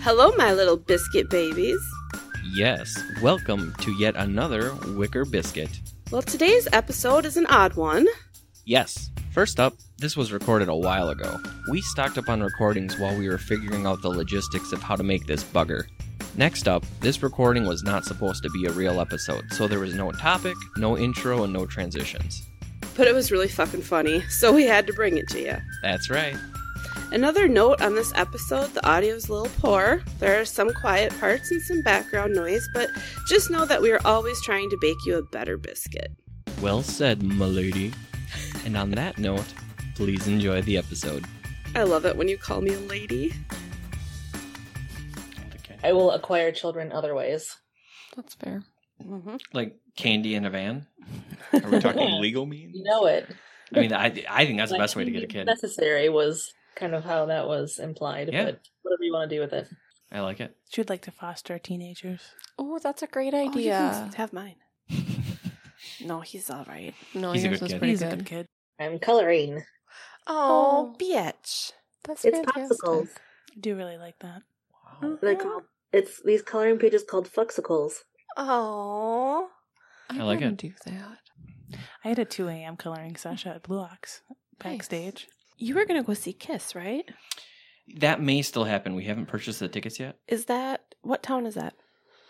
Hello, my little biscuit babies. Yes, welcome to yet another Wicker Biscuit. Well, today's episode is an odd one. Yes, first up, this was recorded a while ago. We stocked up on recordings while we were figuring out the logistics of how to make this bugger. Next up, this recording was not supposed to be a real episode, so there was no topic, no intro, and no transitions. but it was really fucking funny, so we had to bring it to you. That's right. Another note on this episode the audio's a little poor. There are some quiet parts and some background noise, but just know that we are always trying to bake you a better biscuit. Well said, m'lady. And on that note, please enjoy the episode. I love it when you call me a lady. I will acquire children other ways. That's fair. Mm-hmm. Like candy in a van? Are we talking Yeah. legal means? You know it. I mean, I, I think that's the Like, best way to get a kid. Necessary was kind of how that was implied. Yeah. But whatever you want to do with it. I like it. She would like to foster teenagers. Oh, that's a great Oh, you can idea. have mine. No, he's all right. no, He's a yours good was kid. pretty he's good. a good kid. I'm coloring. Oh, bitch. that's It's fantastic. popsicles. I do really like that. Wow. They're called. It's these coloring pages called flexicles. Mm-hmm. Oh, I like wanna it. Do that. I had a 2 a.m. coloring session at Blue Ox backstage. You were gonna go see Kiss, right? That may still happen. We haven't purchased the tickets yet. Is that what town is that?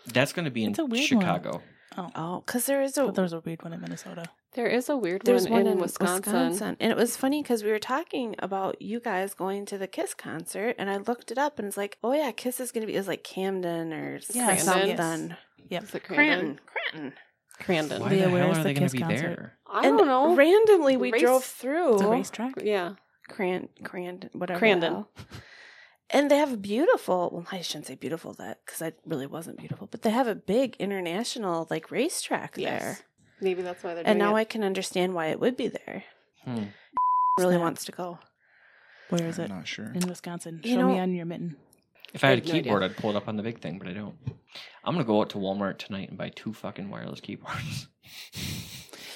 That's going to be in It's a weird Chicago. Oh, Oh, because there is but a there was a weird one in Minnesota. There is a weird there's one, in, Wisconsin. and it was funny because we were talking about you guys going to the Kiss concert, and I looked it up, and it's like, oh yeah, Kiss is gonna be is like Camden or Yes, something. yes. Yep. Is it Crandon? Crandon, Crandon, Crandon. Why Leah, the where hell is are the they going Kiss to be concert? there? I don't And know. Randomly, we Race- drove through. It's a racetrack. yeah. Cran Crandon, whatever. the Crandon. hell. And they have a beautiful. Well, I shouldn't say beautiful that because I really wasn't beautiful, but they have a big international like racetrack there. Yes. Maybe that's why they're doing And now it. I can understand why it would be there. Hmm. Really Snap. wants to go. Where is I'm it? not sure. In Wisconsin. You Show me know- on your mitten. If I I had a have no idea. keyboard, I'd pull it up on the big thing, but I don't. I'm going to go out to Walmart tonight and buy two fucking wireless keyboards.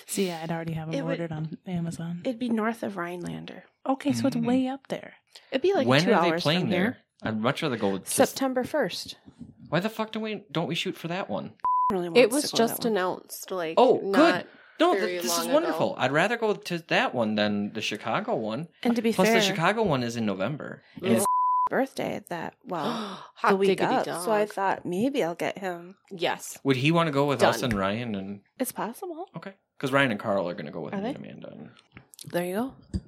See, I'd already have them It would- ordered on Amazon. It'd be north of Rhinelander. okay, so it's Mhm. Mm. way up there. It'd be like when two are hours they playing from there? here. I'd much rather go with just- September first. Why the fuck don't we don't we shoot for that one? Really wants it to was go to that just one. announced. Like, Oh, good. not, No, Very th- this is long ago. wonderful. I'd rather go to that one than the Chicago one. And to be Plus, fair, the Chicago one is in November. And it's- birthday that well Hot the week diggity up. dog. So I thought maybe I'll get him. yes. would he want to go with us Done. and Ryan and It's possible. okay? Because Ryan and Carl are going to go with Are me they? and Amanda. And, There you go.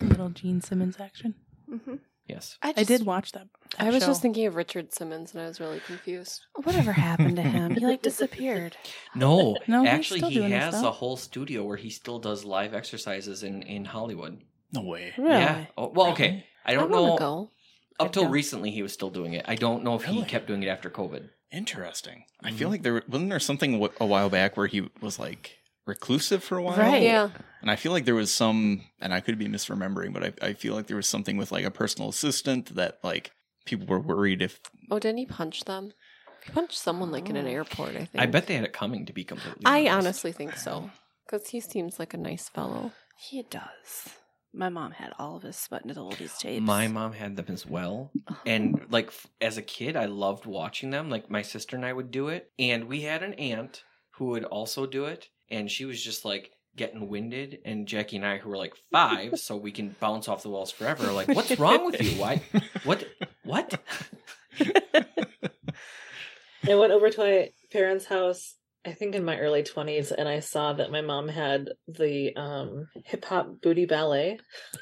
Little Gene Simmons action. Mm-hmm. yes, I did watch that. that I was show. just thinking of Richard Simmons, and I was really confused. Whatever happened to him? He like disappeared. No, No, he's actually, still he doing his has stuff. a whole studio where he still does live exercises in in Hollywood. No way. Really? Yeah. Oh, well, okay. I don't wanna know. Go. Up till Yeah. recently, he was still doing it. I don't know if he Really? kept doing it after COVID. Interesting. I Mhm. feel like there wasn't there something w- a while back where he was like reclusive for a while. Right. Yeah. And I feel like there was some, and I could be misremembering, but I, I feel like there was something with like a personal assistant that like people were worried if. Oh, didn't he punch them? He punched someone like in an Oh. airport. I think. I bet they had it coming. To be completely, I honest. honestly think so. Because he seems like a nice fellow. He does. My mom had all of his Sputnik the oldies tapes. My mom had them as well, and like f- as a kid, I loved watching them. Like my sister and I would do it, and we had an aunt who would also do it, and she was just like getting winded. And Jackie and I, who were like five, so we can bounce off the walls forever. Like, what's wrong with you? Why? What? What? I went over to my parents' house, I think in my early 20s, and I saw that my mom had the um, hip hop booty ballet.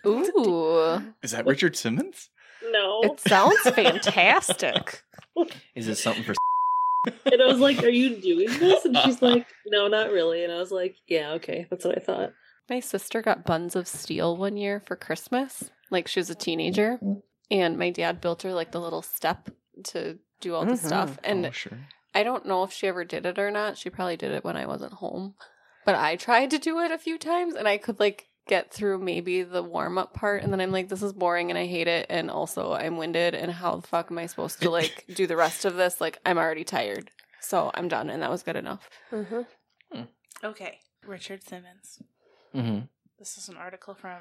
Ooh. Is that Richard Simmons? No. It sounds fantastic. Is this something for? and I was like, Are you doing this? And she's like, No, not really. And I was like, Yeah, okay. That's what I thought. My sister got buns of steel one year for Christmas, like she was a teenager, and my dad built her like the little step to do all the Mhm. stuff. And oh, sure. I don't know if she ever did it or not. She probably did it when I wasn't home, but I tried to do it a few times, and I could like get through maybe the warm up part, and then I'm like, this is boring, and I hate it, and also I'm winded, and how the fuck am I supposed to like do the rest of this? Like I'm already tired, so I'm done, and that was good enough. Mm-hmm. Okay, Richard Simmons. hmm This is an article from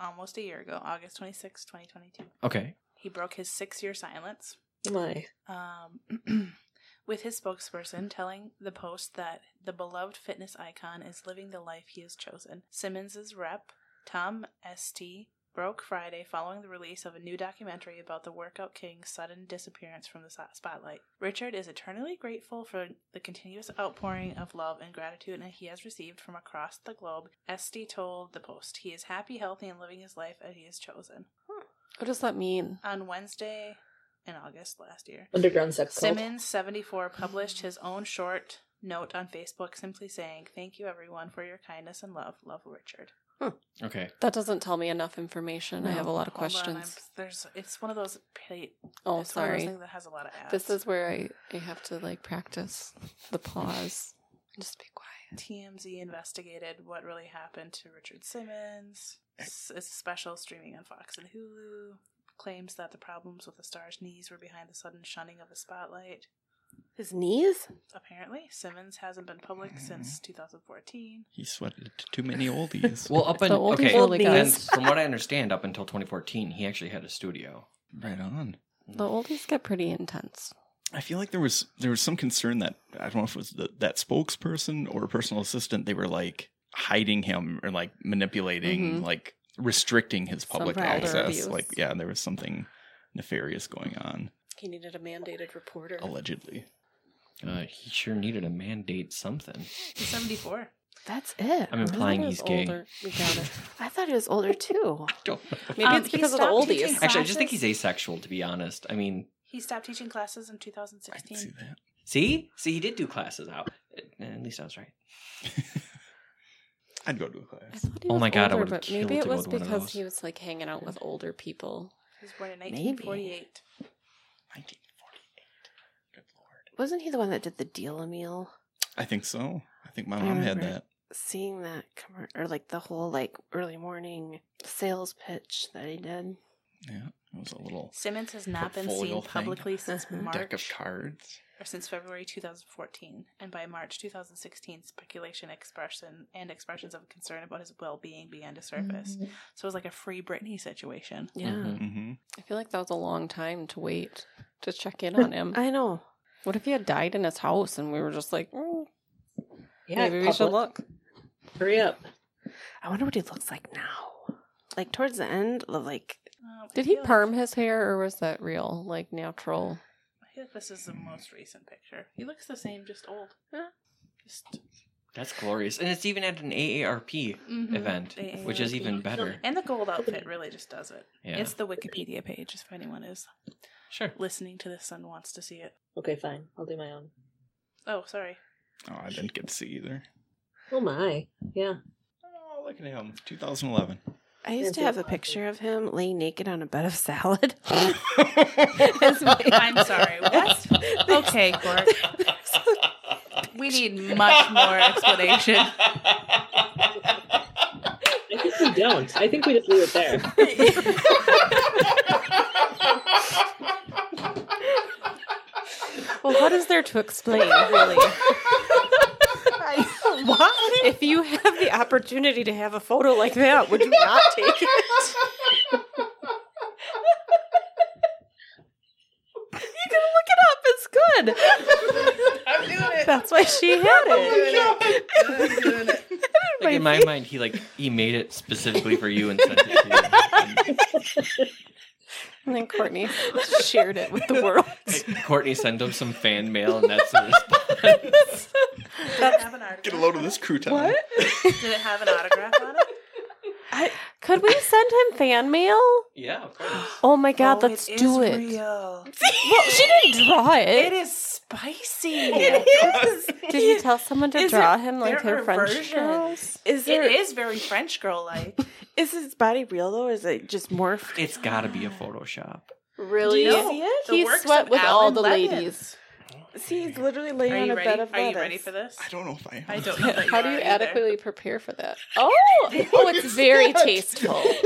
almost a year ago, August 26, 2022. Okay. He broke his six year silence My. um, with his spokesperson telling the Post that the beloved fitness icon is living the life he has chosen. Simmons's rep, Tom St. Broke Friday following the release of a new documentary about the workout king's sudden disappearance from the so- spotlight. Richard is eternally grateful for the continuous outpouring of love and gratitude that he has received from across the globe. St. told the Post he is happy, healthy, and living his life as he has chosen. What does that mean? On Wednesday, in August last year, Underground sex cult. Simmons, 74, published his own short note on Facebook simply saying, Thank you, everyone, for your kindness and love. Love, Richard. Okay. That doesn't tell me enough information. I have a lot of Hold on, questions. I'm- there's, it's one of those. pa- oh, it's one of those sorry. things that has a lot of ads. This is where I, I have to like practice the pause. Just be quiet. TMZ investigated what really happened to Richard Simmons. S- It's a special streaming on Fox and Hulu. Claims that the problems with the star's knees were behind the sudden shunning of the spotlight. His knees? Apparently, Simmons hasn't been public Mm-hmm. since 2014. He sweated t- too many oldies. Well, up The and old okay, people and guys. from what I understand, up until 2014, he actually had a studio. right on. The oldies get pretty intense. I feel like there was there was some concern that I don't know if it was the, that spokesperson or personal assistant. They were like hiding him or like manipulating, Mm-hmm. Mhm. like restricting his Some public prior access. abuse. Like, yeah, there was something nefarious going on He needed a mandated reporter. allegedly. Uh, he sure needed a mandate something. He's 74. That's it. I'm implying I he's thought he gay. was older. We got it. I thought he was older too. Don't know. Maybe Um, it's he because of the stopped oldies. teaching Actually, I just think classes- he's asexual. To be honest, I mean, He stopped teaching classes in I can see 2016. that. see, see, he did do classes out. Uh, At least I was right. I'd go to I a class. thought he Oh was my God, I older, would've but killed maybe it to go was to one of because those. he was like hanging out with older people. He was born in Maybe. 1948. 1948. Good lord. Wasn't he the one that did the deal a meal? I think so. I think my I mom had remember. that. Seeing that commer or like the whole like early morning sales pitch that he did. Yeah, it was a little Simmons has not been Portfolio seen thing. publicly since Mhm. March deck of cards. or since February 2014, and by March 2016, speculation expression and expressions of concern about his well-being began to surface. So it was like a free Britney situation. Yeah. Mhm. Mm-hmm. I feel like that was a long time to wait to check in on him. I know. what if he had died in his house and we were just like, "Mm, Yeah, maybe we should public. look? Hurry up. I wonder what he looks like now. Like towards the end of like Um, I Did he feel perm Like, his hair or was that real, like natural? I feel like this is the most recent picture. He looks the same, just old. Just That's glorious, and it's even at an AARP Mm-hmm. Mhm. event, AARP. which is even better. And the gold outfit really just does it. Yeah, It's the Wikipedia page, if anyone is sure. listening to this and wants to see it. Okay, fine. I'll do my own. Oh, sorry. Oh, I didn't get to see either. Oh my. Yeah. Oh, look at him. 2011. I used to Yeah, have a big picture of him laying naked on a bed of salad. I'm sorry, what? Okay, Cork. We need much more explanation. I think we don't. I think we just leave it there. Well, what is there to explain, really? Why? If you have the opportunity to have a photo like that, would you not take it? You can look it up. It's good. That's why she had it. Like in my mind, he like he made it specifically for you and sent it to you. And then Courtney shared it with the world. Like, Courtney sent him some fan mail, and that's the response. Did it have an autograph? Get a load of this crouton. What? Did it have an autograph on it? Could we send him fan mail? yeah, of course. Oh my god, Oh, let's it do is it. Real. Well, she didn't draw It it. is spicy. Did you tell someone to Is draw it- him like there her are French versions. girls? Is It there, is very French girl like. is his body real though? Or is it just morphed? It's got to be a Photoshop. Really? Do you see it? The He works sweat of with all Alan the Levin. ladies. See, he's literally Are laying on you a bed ready? of Are you lettuce. ready for this? I don't know if I. I don't know. That How do you are either. adequately prepare for that? Oh, oh, it's very tasteful. What is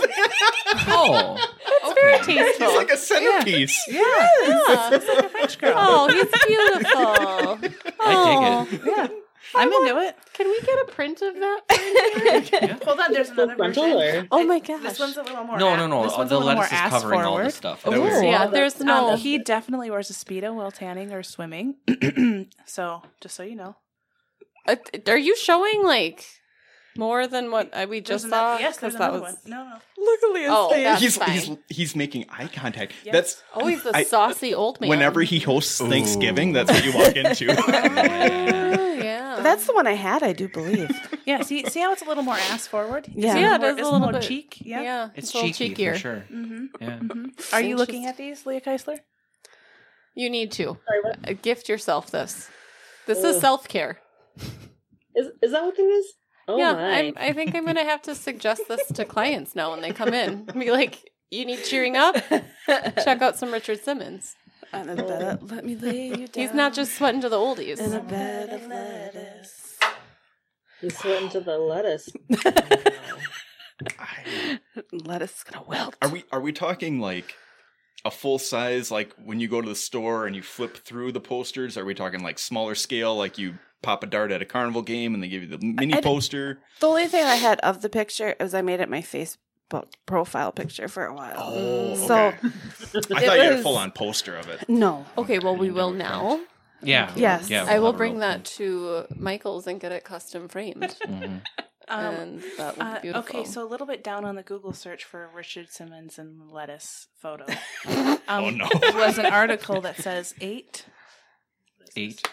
that? Oh, It's very tasteful. He's like a centerpiece. yeah. Oh, It's like a French girl. Oh, he's beautiful. I dig it. Oh. I'm into it. Can we get a print of that? for Yeah. you? Hold on, there's another Frontal version. Oh my It- gosh. This one's a little more. No, a- no, no. This one's the a little more lettuce is ass covering forward. all this stuff. Ooh. It's- Oh, yeah, there's no. Um, he definitely wears a speedo while tanning or swimming. so just so you know, Uh, th- are you showing like more than what I, we There's just ano- saw? Yes, 'Cause there's that another was one. No, no. Look at Leah's Oh, face. that's he's, fine. he's he's making eye contact. Yes. That's always the I- saucy old man. whenever he hosts Ooh. Thanksgiving. That's what you walk into. Oh, yeah, That's the one I had, I do believe. Yeah, see, see how it's a little more ass forward. Yeah. Yeah, it more, is a it's little more bit- cheek. Yeah. yeah. It's a little cheeky cheekier. for sure. Mm-hmm. Yeah. hmm Are you Interesting. looking at these, Leah Keisler? You need to Sorry, what? uh, gift yourself this. This Ugh. is self care. Is, is that what it is? Oh yeah, my. I'm, I think I'm gonna have to suggest this to clients now when they come in. Be like, you need cheering up. Check out some Richard Simmons. Annabella, let me lay you down. He's not just sweating to the oldies. in a bed of lettuce. You slid into the lettuce. Lettuce is gonna wilt. Are we are we talking like a full size like when you go to the store and you flip through the posters? Are we talking like smaller scale like you pop a dart at a carnival game and they give you the mini I- poster? The only thing I had of the picture was I made it my Facebook profile picture for a while. Oh, So okay. I it thought you had a was- full on poster of it. no, Okay, well we will Never now. Yeah. Yes. Yeah, I will have a bring real that thing. to Michael's and get it custom framed, Mhm. Um, and that will uh, be beautiful. okay, so a little bit down on the Google search for Richard Simmons and lettuce photo. Um, Oh, no. was an article that says eight Eight.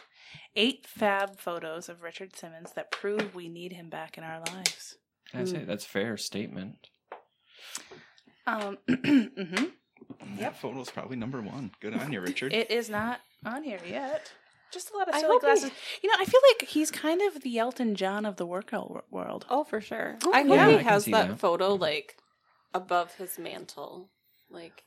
eight fab photos of Richard Simmons that prove we need him back in our lives. That's Mm. it. That's a fair statement. Um, mhm. That photo's probably number one. Good on you, Richard. It is not on here yet. Just a lot of I silly hope he- glasses. You know, I feel like he's kind of the Elton John of the workout wor- world. Oh, for sure. Oh, I hope yeah. I he can has see that, that. photo like above his mantle, like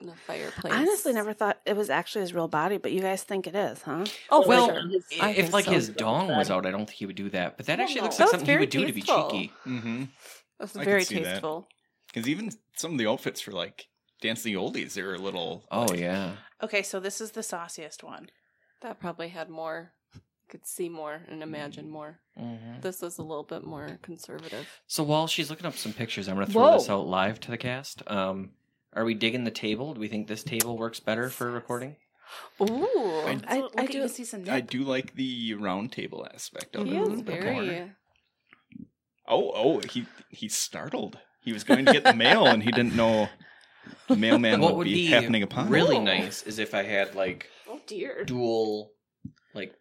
in the fireplace. I honestly never thought it was actually his real body, but you guys think it is, huh? Oh, Well, well, sure. I if think like so. his dong was out, I don't think he would do that. But that Well, actually no. looks That like was something he very would do tasteful. to be cheeky. Mm-hmm. That's I very could see that. tasteful. Because even some of the outfits for like dance the oldies, they were a little. Oh like, yeah. Okay, so this is the sauciest one. That. probably had more. Could see more and imagine more. Mhm. This was a little bit more conservative. So while she's looking up some pictures, I'm going to throw Whoa. this out live to the cast. Um, are we digging the table? Do we think this table works better for recording? Ooh, I- So look at- you can see some I nip. do like the round table aspect of he it. a is little bit more. very. Oh, oh, he he's startled. He was going to get the mail and he didn't know the mailman what would, be, happening upon really him. nice is if I had like Oh dear. dual, like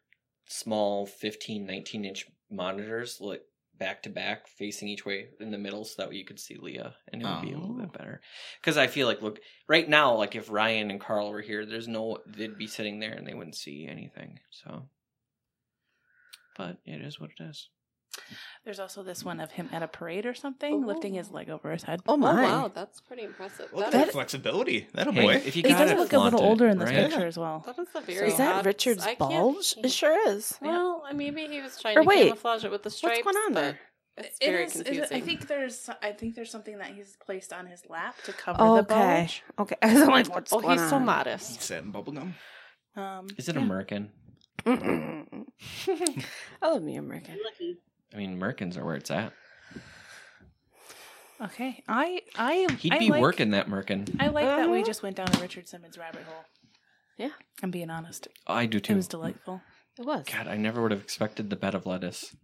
small 15, 19 inch monitors, like back to back, facing each way in the middle, so that way you could see Leah, and it would be a little bit Oh. better. Because I feel like, look, right now, like if Ryan and Carl were here, there's no, they'd be sitting there and they wouldn't see anything. So, but it is what it is. There's also this one of him at a parade or something, lifting his Ooh. leg over his head. Oh Oh my! wow, that's pretty impressive. Look at that that is, flexibility. That a Hey, Oh, boy. if you He got does it, look a little flaunt it, older in this right? picture as well. that is a very. Is that odd- Richard's I can't- bulge? It sure is. Well, maybe he was trying Or to wait, camouflage it with the stripes. going on but there? It's It very is- it confusing. is- I think there's I think there's something that he's placed on his lap to cover the Okay, bulge. okay. I was like, what's oh, going he's so on? Is modest. that in bubblegum? Um, Is it American? Mm-mm. I love me American. I mean, Merkins are where it's at. okay. I I He'd I be like- working that Merkin. I like that we Mhm. just went down a Richard Simmons rabbit hole. Yeah. I'm being honest. I do It too. was delightful. It was. God, I never would have expected the bed of lettuce.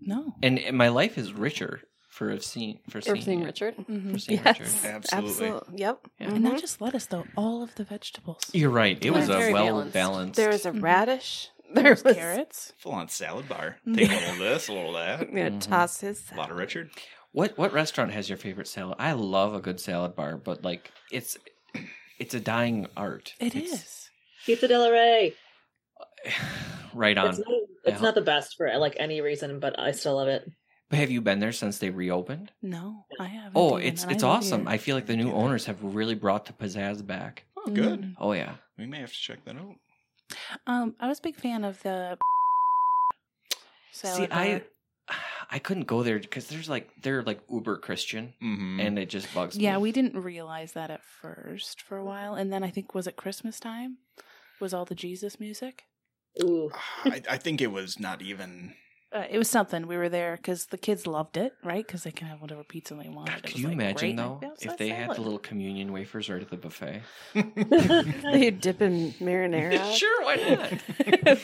No. And, and my life is richer for have seen for Or seeing, seeing it. Richard. Mm-hmm. For seeing Yes. Richard. Absolutely. Absolute- Yep. Yeah. And Mhm. not just lettuce though, all of the vegetables. You're right. It Yeah, was a very well balanced. balanced. There was a Mhm. radish. There There's was carrots. Full on salad bar. Take a little of this, a little of that. I'm gonna Mhm. toss his. A lot of Richard. What what restaurant has your favorite salad? I love a good salad bar, but like it's it's a dying art. It it's, is. Pizza Del Rey. Right on. It's, not, it's not the best for like any reason, but I still love it. But have you been there since they reopened? No, I haven't. Oh, even, it's and I it's love awesome. you. I feel like the new owners have really brought the pizzazz back. Oh, good. Mm. Oh yeah. We may have to check that out. Um, I was a big fan of the salad See, I bar. I couldn't go there because there's like they're like uber Christian, Mm-hmm. and it just bugs me. Yeah, we didn't realize that at first for a while, and then I think was it Christmas time? Was all the Jesus music? Ooh. Ah, I, I think it was not even. Uh, it was something. We were there because the kids loved it, right? Because they can have whatever pizza they want. God, could you imagine though if they had the little communion wafers right at the buffet? They dip in marinara. sure, why not?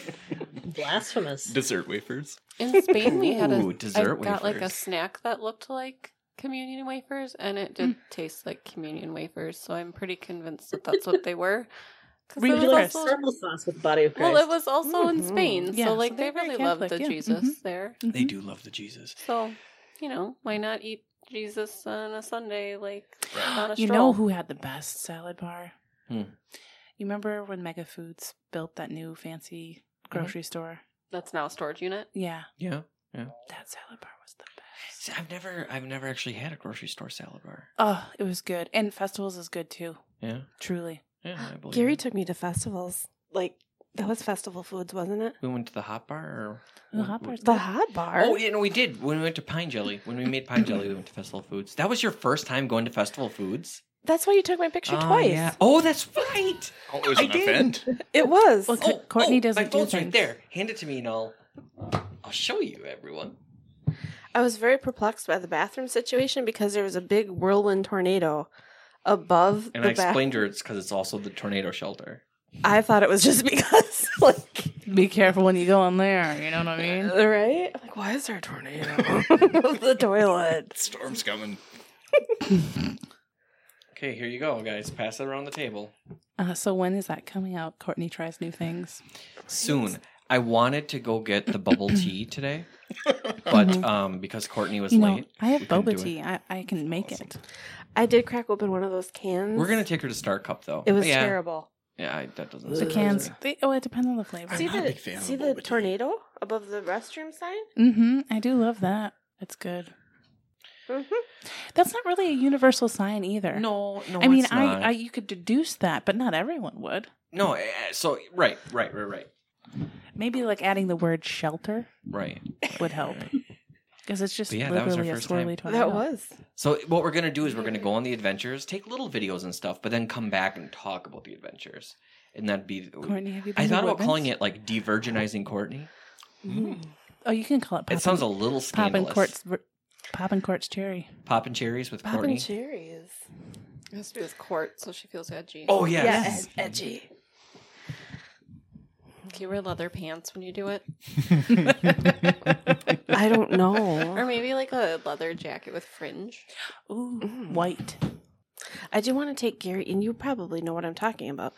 Blasphemous. Dessert wafers. In Spain, we had a Ooh, dessert I got like a wafers. snack that looked like communion wafers, and it did taste like communion wafers. So I'm pretty convinced that that's what they were. 'Cause Were it you was Christ. also- Purple sauce with the body of Christ. well, it was also in Mhm. Spain, Mm-hmm. Yeah, so so like they're they very really loved the Catholic, yeah. Jesus Mhm. there. they do love the Jesus. So you know, why not eat Jesus on a Sunday? Like on a you stroll? know who had the best salad bar? Hmm. You remember when Mega Foods built that new fancy Mm-hmm. grocery store? that's now a storage unit. Yeah, Yeah. that salad bar was the best. See, I've never I've never actually had a grocery store salad bar. Oh, it was good, and festivals is good too. Yeah. Truly, Yeah, I believe. Gary it. took me to festivals. Like that was festival foods, wasn't it? we went to the hot bar or The hot bar's The hot bar. Oh, yeah, no, we did. When we went to Pine Jelly, when we made Pine Jelly, we went to Festival Foods. That was your first time going to Festival Foods? That's why you took my picture Oh, twice. yeah. Oh, that's right. Oh, it was I an did. event. It was. Well, Oh, Courtney oh, doesn't my do phone's right things. there. Hand it to me and I'll I'll show you everyone. I was very perplexed by the bathroom situation because there was a big whirlwind tornado above And the I explained bathroom. to her it's because it's also the tornado shelter. I thought it was just because, like, be careful when you go in there. You know what I mean? right? I'm like, why is there a tornado above the toilet? Storm's coming. Okay, here you go, guys. Pass it around the table. Uh, so when is that coming out? Courtney tries new things. Soon. I wanted to go get the bubble tea today, but um, because Courtney was Mm-hmm. You know, late, I have we couldn't boba do it. tea. I, I can make it. I did crack open one of those cans. We're gonna take her to Star Cup though. It was yeah, terrible. Yeah, I, that doesn't. The surprise cans. me. They, oh, it depends on the flavor. I'm see not a the big fan of see the boba tea. tornado above the restroom sign? Mm-hmm. I do love that. It's good. Mm-hmm. That's not really a universal sign either. No, no. I mean, it's not. I, I you could deduce that, but not everyone would. no. eh, So right, right, right, right, Maybe like adding the word shelter right. would help because it's just But yeah, that was our literally a first time. swirly tornado. That was. So what we're gonna do is we're gonna go on the adventures, take little videos and stuff, but then come back and talk about the adventures, and that'd be. Courtney, have you I been to thought about Woodman's? calling it like de-virginizing Courtney. Oh, you can call it. Poppin', It sounds a little poppin' scandalous. quartz, poppin' quartz cherry. Poppin' cherries with Popping Courtney. cherries. It has to be with court, so she feels edgy. oh yes. Yeah, ed- edgy. Do you wear leather pants when you do it? I don't Or Oh. know. maybe like a leather jacket with fringe. Ooh, Mm. white. I do want to take Gary, and you probably know what I'm talking about.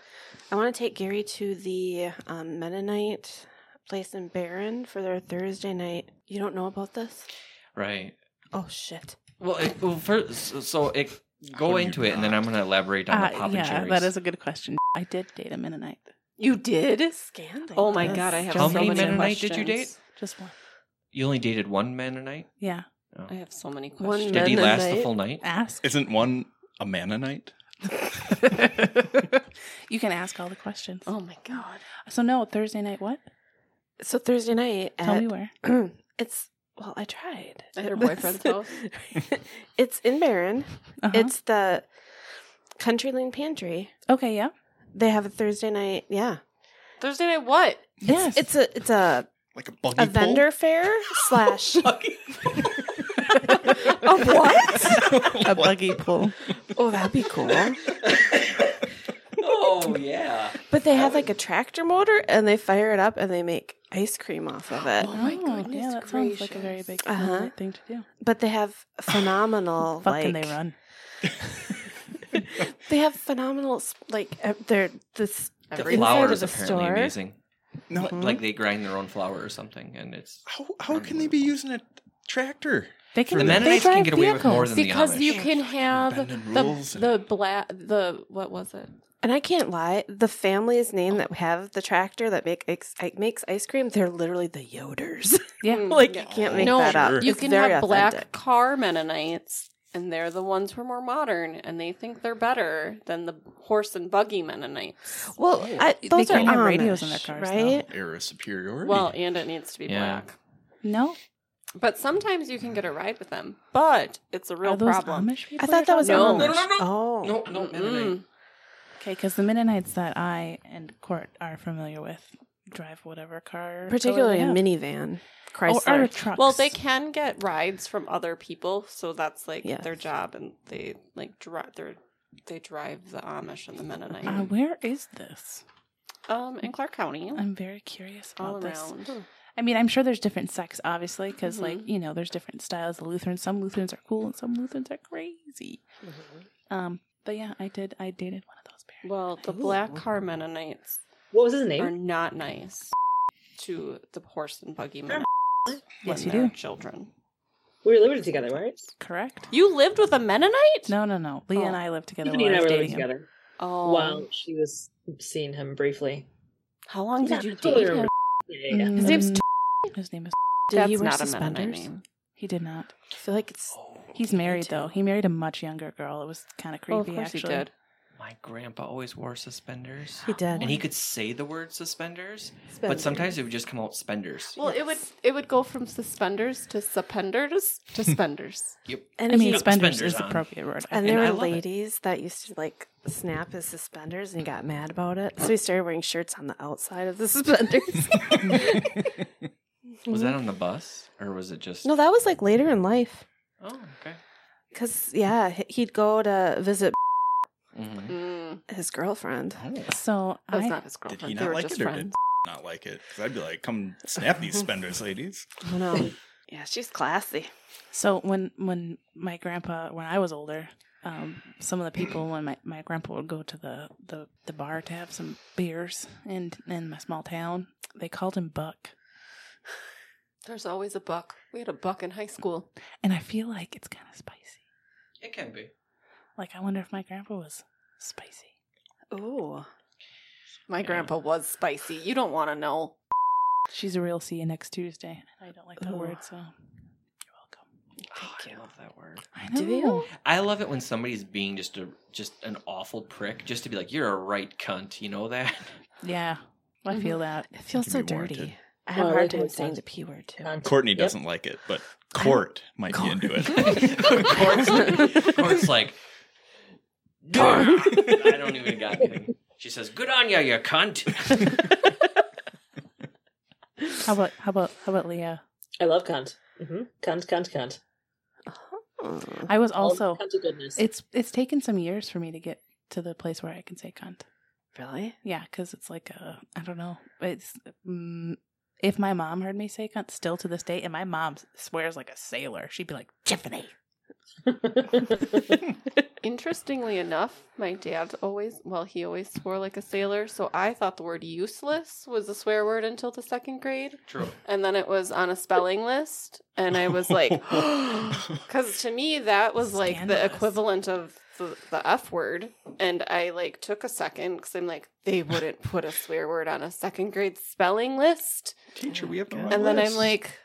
I want to take Gary to the um, Mennonite place in Barron for their Thursday night. You don't know about this? Right. Oh shit! Well, it, well first, so, so it How go do you into it, and then not? I'm gonna elaborate on Uh, the poppin' yeah, cherries. that is a good question. I did date a Mennonite. You did scandal. Oh my Yes. god, I have How so many many Mennonite questions. did you date? Just one. You only dated one man a night. Yeah. I have so many One questions. Did he Mennonite. last the full night? Ask. Isn't one a Mannonite? you can ask all the questions. Oh my god. So no, Thursday night what? So Thursday night at Tell me where. it's well, I tried At her boyfriend's house? it's in Barron. Uh-huh. It's the Country Lane Pantry. okay, yeah. They have a Thursday night. Yeah, Thursday night what? Yes. it's a it's a Like a buggy a pole? vendor fair slash a what? a buggy pull. Oh, that'd be cool. oh yeah. But they have like a tractor motor and they fire it up and they make ice cream off of it. Oh my goodness Yeah, that sounds like a very big Uh-huh. Mennonite thing to do. But they have phenomenal Fuck can like they run? they have phenomenal s- like uh, they're this The Inside flour of is the apparently store. amazing. No, Like they grind their own flour or something, and it's how, how can they be using a tractor? They can. the they Mennonites drive can get away with vehicles. more than Because the Amish. you can have Bending the rules and- the black the what was it? and I can't lie, the family's name that have the tractor that make ex- i- makes ice cream, they're literally the Yoders. Yeah. like you can't make No, that sure. up. you It's can very have black authentic. car Mennonites, and they're the ones who are more modern, and they think they're better than the horse and buggy Mennonites. Well, I, They those are can't have Amish, radios in their cars, though. right? Era superiority. Well, and it needs to be Yeah. black. No. But sometimes you can get a ride with them, but it's a real Are those problem. Amish people I thought that was No. Amish. No, no, no, no. Oh, no, no, Mennonite. Mm-mm. Okay, because the Mennonites that I and Court are familiar with drive whatever car, particularly a color they minivan. have. Chrysler. or, or trucks. Well, they can get rides from other people, so that's like Yes. their job, and they like drive their they drive the Amish and the Mennonite. Uh, where is this? um, in Clark County, I'm very curious all about this. around. I mean, I'm sure there's different sects, obviously, because Mhm. like you know, there's different styles. of Lutherans, some Lutherans are cool, and some Lutherans are crazy. Mm-hmm. Um, but yeah, I did. I dated one of those parents. Well, the Ooh. Black Car Mennonites What was his are name? not nice to the horse and buggy men. Yes, you do. Children. We were living together, right? Correct? You lived with a Mennonite? No, no, no. Leah Oh. and I lived together. Tiffany while and I I was were dating living him. together Oh, Wow, she was seeing him briefly. How long did Yeah, you I totally date him? remember. Yeah, yeah, yeah. Mm. His name's. Mm. His name is. Did That's he wear not a Mennonite suspenders? name. He did not. I feel like it's Oh, He's married though. He married a much younger girl. It was kind of creepy. Oh, of course actually. he did. my grandpa always wore suspenders. he did. And he could say the word suspenders, but sometimes it would just come out spenders. Well, it would it would go from suspenders to suspenders to spenders. yep. and I mean, he, Nope. spenders Spenders is the on. appropriate word. and and there I were love it. ladies that used to like snap his suspenders and he got mad about it. So he started wearing shirts on the outside of the suspenders. Was that on the bus or was it just? Mm-hmm. no, that was like later in life. Oh, okay. Cause yeah, he- he'd go to visit Mhm. Mm, his girlfriend. So that was I, not his Did girlfriend. he they not were like just it or did friends. not like it? Because I'd be like, come snap these spenders, ladies. Oh no, yeah, she's classy. so when when my grandpa when I was older, um, some of the people when my, my grandpa would go to the, the, the bar to have some beers in in my small town, they called him Buck, There's always a buck. We had a buck in high school. and I feel like it's kind of spicy. It can be. Like I wonder if my grandpa was spicy. Ooh, My grandpa was spicy. You don't want to know. She's a real see you next Tuesday. I don't like that Ooh. word, so you're welcome. Oh, I love that word. I Do you? know. I love it when somebody's being just a just an awful prick, just to be like, "You're a right cunt," you know that. Yeah, I Mhm. feel that. it feels Could so be warranted. dirty. I have a Well, hard like it time was saying once- the p word too. Con- Courtney Yep. doesn't like it, but Court might be into Court's, it. Court's like, "Dude, I don't even got anything. She says, "Good on ya, you cunt." How about how about how about Leah? I love cunt. Mm-hmm. Cunt, cunt, cunt. Oh. I was All also. cunt to goodness. It's it's taken some years for me to get to the place where I can say cunt. Really? Yeah, because it's like a I don't know. It's mm, if my mom heard me say cunt, still to this day, and my mom s- swears like a sailor. She'd be like Tiffany. Interestingly enough, my dad always, well, he always swore like a sailor, so I thought the word useless was a swear word until the second grade. True. And then it was on a spelling list, and I was like, "Oh because to me, that was like the Scandalous. equivalent of the, the F word. And I like took a second because I'm like, they wouldn't put a swear word on a second grade spelling list. Teacher, we have the And wrong And then I'm list. like,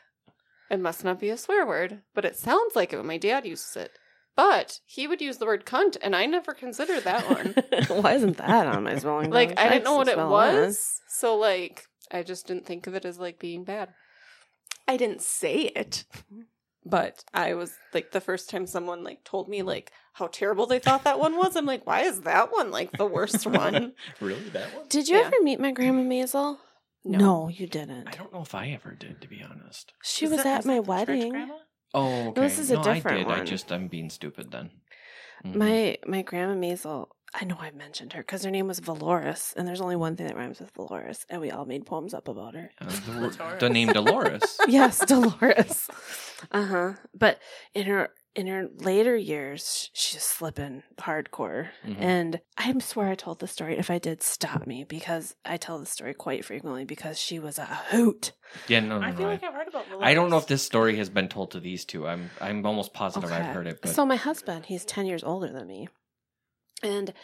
it must not be a swear word, but it sounds like it when my dad uses it. But he would use the word cunt, and I never considered that one. Why isn't that on my spelling? like, book? I didn't know what That's it spelling. was. So, like, I just didn't think of it as like being bad. I didn't say it, but I was like, the first time someone like told me like how terrible they thought that one was, I'm like, why is that one like the worst one? really that one? Did you Yeah. ever meet my grandma Maisel? you didn't. I don't know if I ever did, to be honest. She Is was that- at is my that the church wedding. grandma? Oh, okay. this is a no, different I did. I one. just I'm being stupid then. Mhm. My my grandma Maisel. I know I mentioned her because her name was Valoris, and there's only one thing that rhymes with Valoris, and we all made poems up about her. Uh, the, wor- the name Dolores. yes, Dolores. Uh huh. But in her in her later years, sh- she's slipping hardcore, Mhm. and I swear I told the story. If I did, stop me because I tell the story quite frequently because she was a hoot. Yeah, no, no, I no, feel I- like I've heard about. Oh I don't know if this story has been told to these two. I'm I'm almost positive I've heard it, but So my husband, he's 10 years older than me. And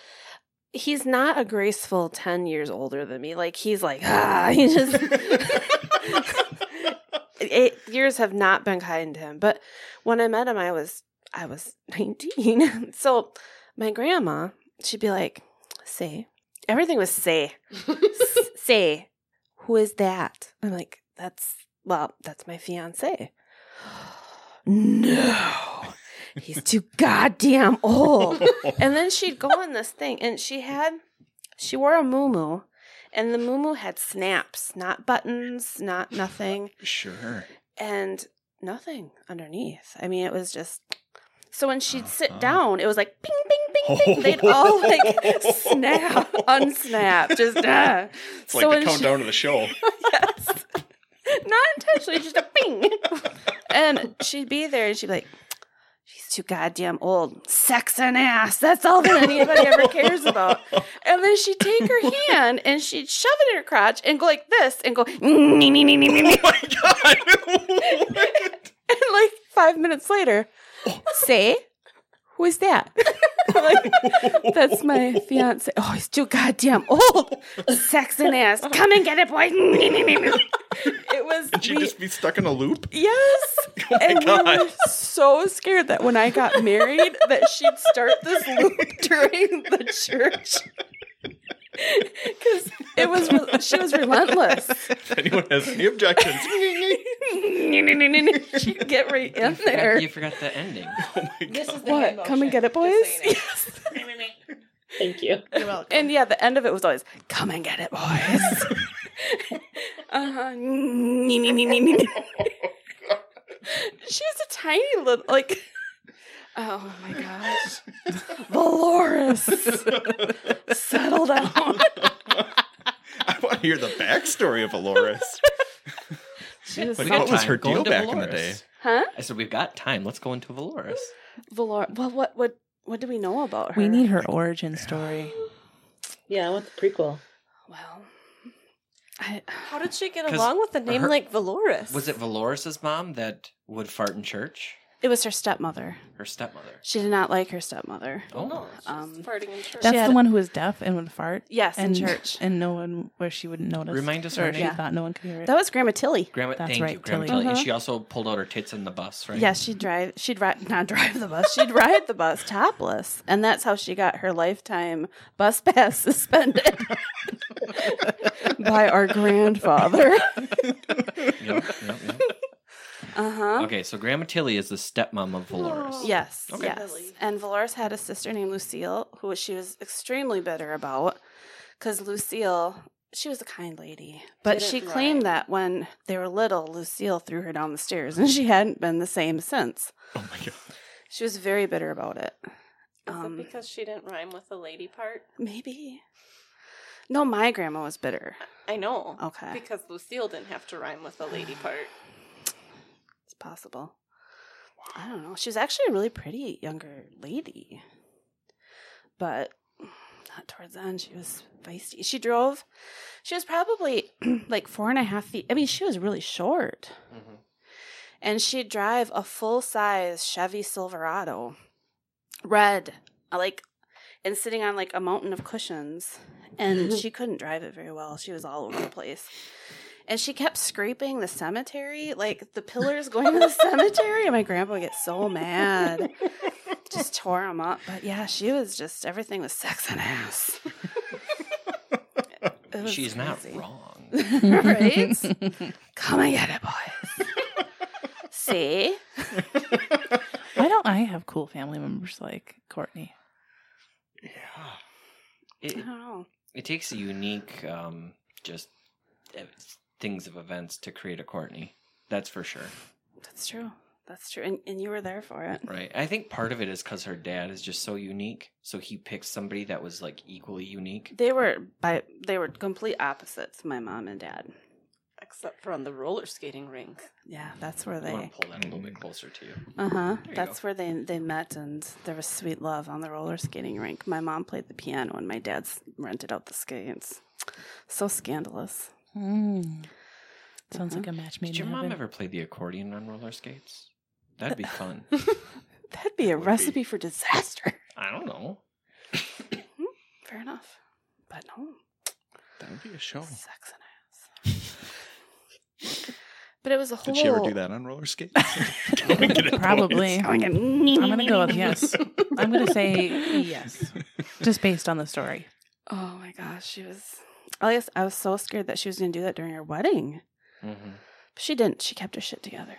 he's not a graceful 10 years older than me. Like he's like, ah, he just Eight years have not been kind to him. But when I met him, I was I was 19. so my grandma, she'd be like, say. Everything was say. S- say, who is that? I'm like, that's well, that's my fiance. no, he's too goddamn old. and then she'd go on this thing, and she had she wore a muumuu, And the Moo had snaps, not buttons, not nothing, Sure. and nothing underneath. I mean, it was just. So when she'd sit Uh-huh. down, it was like bing, bing, bing, bing. They'd all like snap, unsnap, just. ah. It's like the when she- countdown to the show. yes. Not intentionally, just a ping. and she'd be there and she'd be like, she's too goddamn old. Sex and ass. That's all that anybody ever cares about. And then she'd take her hand and she'd shove it in her crotch and go like this and go, "Nee, nee, nee, nee, nee, oh nee." my god! and What? like five minutes later, say, who is that? I'm like, That's my fiance. Oh, he's too goddamn old. Sex and ass. Come and get it, boy. it was. Did she we- just be stuck in a loop? Yes. Oh my and god! we were so scared that when I got married, that she'd start this loop during the church. Because it was, re- she was relentless. if anyone has any objections, she'd get right in there. You forgot the ending. oh my god! This is the hand What? Come and motion, get just it, so boys. you know. Yes. Thank you. You're welcome. And yeah, the end of it was always, "Come and get it, boys." uh huh. She was a tiny little like. Oh my gosh, Valoris, settle down. I want to hear the backstory of Aloris. She was Like, so- what was her Go deal into back in the Valoris. day? huh? I said we've got time. Let's go into Valoris. Valor. Well, what what what do we know about her? We need her origin story. Yeah, I want the prequel. Well, I, How did she get 'Cause along with a name her- like Valoris? Was it Valoris's mom that would fart in church? it was her stepmother. Her stepmother. She did not like her stepmother. Oh no, it's just Um, farting in church. She That's had- the one who was deaf and would fart. Yes, in and, church. And no one, where she wouldn't notice. Remind us or her she name. thought no one could hear it. That was Grandma Tilly. Grandma, That's thank you, right, Grandma Tilly. Tilly. And Mhm. she also pulled out her tits in the bus, right? Yes, she'd drive. She'd ride, not drive the bus. She'd ride the bus topless, and that's how she got her lifetime bus pass suspended by our grandfather. Yep, yep, yep. Uh huh. Okay, so Grandma Tilly is the stepmom of Valoris. Yes. Okay. Yes. And Valoris had a sister named Lucille, who she was extremely bitter about, because Lucille. She was a kind lady, but Didn't she claimed rhyme. that when they were little, Lucille threw her down the stairs, and she hadn't been the same since. Oh my god! She was very bitter about it. Is Um, it because she didn't rhyme with the lady part? Maybe. No, my grandma was bitter. I know. Okay. Because Lucille didn't have to rhyme with the lady part. It's possible. I don't know. She was actually a really pretty younger lady. But not towards the end. She was feisty. She drove. She was probably like four and a half feet. I mean, she was really short. Mhm. And she'd drive a full size Chevy Silverado, red, like, and sitting on like a mountain of cushions. And she couldn't drive it very well. She was all over the place. And she kept scraping the cemetery, like the pillars going to the cemetery. And my grandpa would get so mad. Just tore him up. But yeah, she was just, everything was sex and ass. It was She's not crazy. wrong. right? Come and get it, boys. See? Why don't I have cool family members like Courtney? Yeah. I It, don't know. it takes a unique, um, just uh, things of events to create a Courtney. That's for sure, That's true. That's true. And, and you were there for it. right? I think part of it is because her dad is just so unique, so he picked somebody that was like equally unique. They were by they were complete opposites, my mom and dad. Except for on the roller skating rink. Yeah, that's where I they want to pull that a little bit closer to you. uh huh. There you That's go. where they they met, and there was sweet love on the roller skating rink. My mom played the piano, and my dad s- rented out the skates. So scandalous. Hmm. Mm. Sounds like a match made Did your in mom heaven. ever play the accordion on roller skates? That'd be fun. That'd be a Would be. recipe for disaster. I don't know. Fair enough, but no. That would be a show. Sex and ass. but it was a whole. Did she ever do that on roller skates? Come and get it, boys. Probably. I'm I'm gonna gonna go with yes. I'm gonna say yes, just based on the story. Oh my gosh, she was. I guess I was so scared that she was gonna do that during her wedding. Mm-hmm. But she didn't. She kept her shit together.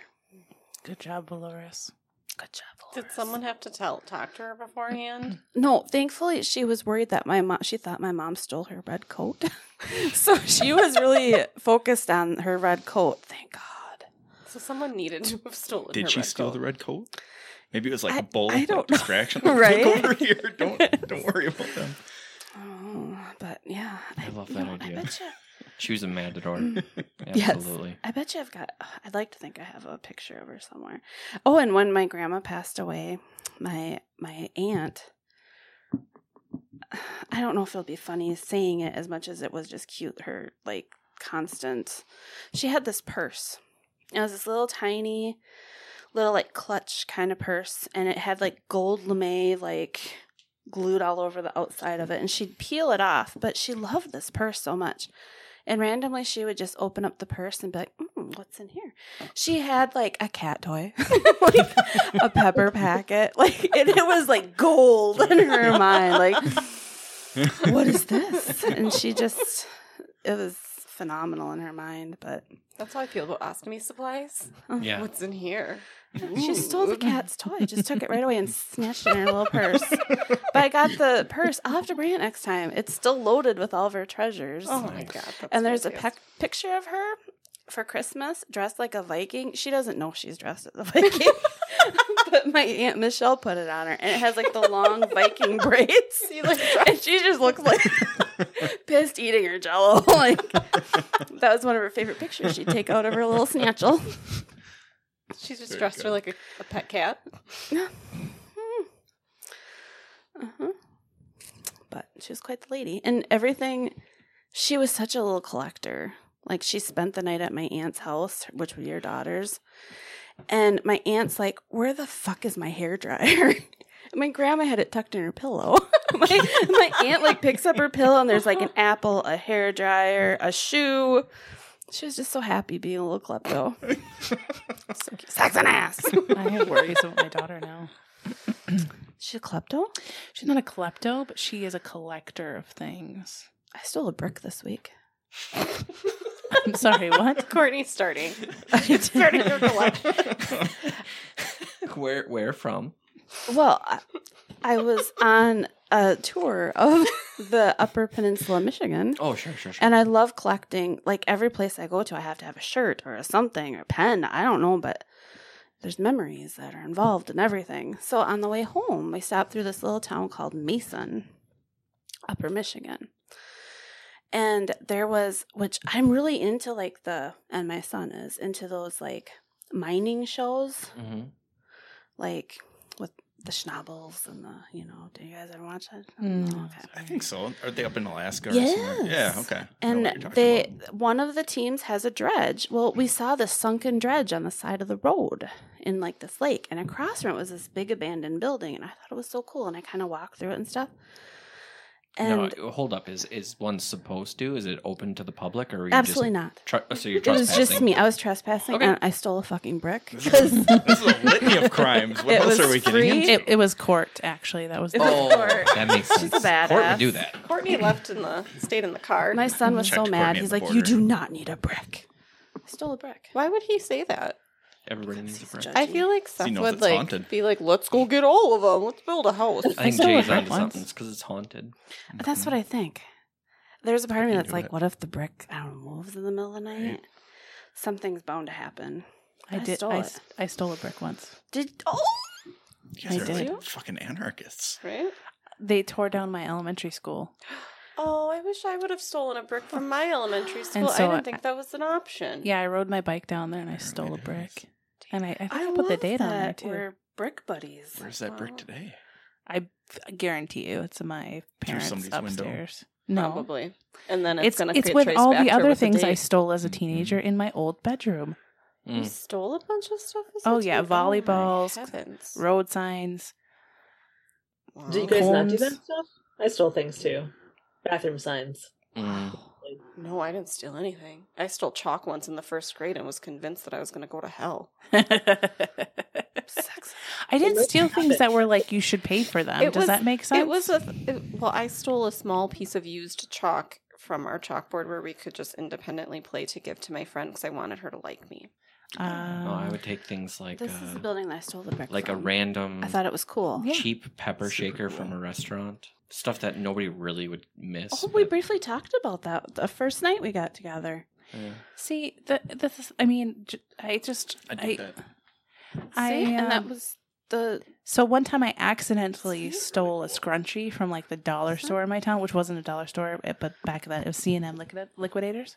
Good job, Valoris. Good job, Did someone have to tell talk to her beforehand? No, thankfully she was worried that my mom she thought my mom stole her red coat. so she was really focused on her red coat, thank God. so someone needed to have stolen. Did her she red steal coat. the red coat? Maybe it was like I- a bowl I of like, don't know. distraction. Right? Look over here. Don't don't worry about them. Oh, but yeah. I love that idea. I bet you She was a matador. Yes. Absolutely. I bet you I've got. I'd like to think I have a picture of her somewhere. Oh, and when my grandma passed away, my my aunt. I don't know if it'll be funny saying it as much as it was just cute. Her like constant. She had this purse. It was this little tiny, little like clutch kind of purse, and it had like gold lame like glued all over the outside of it. And she'd peel it off, but she loved this purse so much. And randomly, she would just open up the purse and be like, mm, "What's in here?" She had like a cat toy, like a pepper packet, like and it was like gold in her mind. Like, what is this? And she just, it was phenomenal in her mind. But That's how I feel about ostomy supplies. Yeah. What's in here? she stole the Ooh. cat's toy, just took it right away and snatched it in her little purse. But I got the purse. I'll have to bring it next time. It's still loaded with all of her treasures. Oh my Nice. god! that's and there's a fantastic. pec- picture of her for Christmas dressed like a Viking. She doesn't know she's dressed as a Viking, but my aunt Michelle put it on her, and it has like the long Viking braids. and she just looks like pissed eating her Jello. like that was one of her favorite pictures she'd take out of her little snatchel. She's just Very dressed her good. like a, a pet cat. Uh-huh. But she was quite the lady. And everything, she was such a little collector. Like, she spent the night at my aunt's house, which were your daughter's. And my aunt's like, Where the fuck is my hair dryer? My grandma had it tucked in her pillow. my, my aunt like picks up her pillow and there's like an apple, a hair dryer, a shoe. She was just so happy being a little klepto. so cute. Sex and ass. I have worries about my daughter now. She's a klepto? She's not a klepto, but she is a collector of things. I stole a brick this week. I'm sorry, what? Courtney's starting. starting her collection. Where where from? Well, I, I was on a tour of the Upper Peninsula, Michigan, Oh sure, sure, sure. and I love collecting. Like every place I go to, I have to have a shirt or a something or a pen. I don't know, but there's memories that are involved in everything. So on the way home, we stopped through this little town called Mason, Upper Michigan. And there was, which I'm really into, like the, and my son is into those like mining shows hmm like with the schnabels and the you know do you guys ever watch that Mm. No, okay. I think so. Are they up in Alaska? Or somewhere? Yes. Yeah. Okay. I know what you're and talking they about. one of the teams has a dredge well we saw this sunken dredge on the side of the road in like this lake and across from it was this big abandoned building and i thought it was so cool and i kind of walked through it and stuff and no, uh, hold up. Is is one supposed to? Is it open to the public or are you absolutely not just tru- so you're it was trespassing? just me i was trespassing Okay. and i stole a fucking brick This because is, this is a litany of crimes. What It else was are we getting free. into? It, it was court, actually. That was the Oh, Court. that makes sense. She's a badass. Court would do that. Courtney left in the stayed in the car. my son was so Checked mad Courtney at he's the like you border. do not need a brick i stole a brick Why would he say that? Everybody needs a friend. I feel like Seth knows would it's like haunted. be like, "Let's go get all of them. Let's build a house." I think saw a Jay's brick onto once. something because it's haunted. That's what I think. There's a part of me can that's do like, it. what if the brick I don't know, moves in the middle of the night? Something's bound to happen. I I did. stole I, it. s- I stole a brick once. Did oh You guys I are did. like fucking anarchists. Right? They tore down my elementary school. Oh, I wish I would have stolen a brick from my elementary school. so I I- didn't think that was an option. Yeah, I rode my bike down there and I stole a brick. And I, I think I, put the love date on there that too. We're brick buddies. Where's that Oh. brick Wow. today? I I guarantee you, it's in my parents somebody's window. upstairs. No, probably. And then it's, it's gonna it's get with traced all back the to her other with things I date. stole as a Mm-hmm. teenager in my old bedroom. You Mm. stole a bunch of stuff. as a Oh, yeah, teen? my volleyballs, heavens. Road signs. Wow. Do you guys not do Combs. that stuff? I stole things too. Bathroom signs. Mm. No, I didn't steal anything. I stole chalk once in the first grade and was convinced that I was going to go to hell. I didn't What steal things happened? that were like you should pay for them. It Does was- that make sense? It was a it- well. I stole a small piece of used chalk from our chalkboard where we could just independently play to give to my friend because I wanted her to like me. Oh, Um, no, Oh, I would take things like This is the uh, building that I stole the brick like a from. random I thought it was cool. Yeah. cheap pepper Super shaker cool. from a restaurant. Stuff that nobody really would miss. Oh, we but- briefly talked about that the first night we got together. yeah. See, the, this is, I mean, j- I just, I I, did that. I, See? and that um, was the So one time I accidentally See? stole a scrunchie from like the dollar Mhm. store in my town, which wasn't a dollar store, eh, but back then it was C and M liquidators.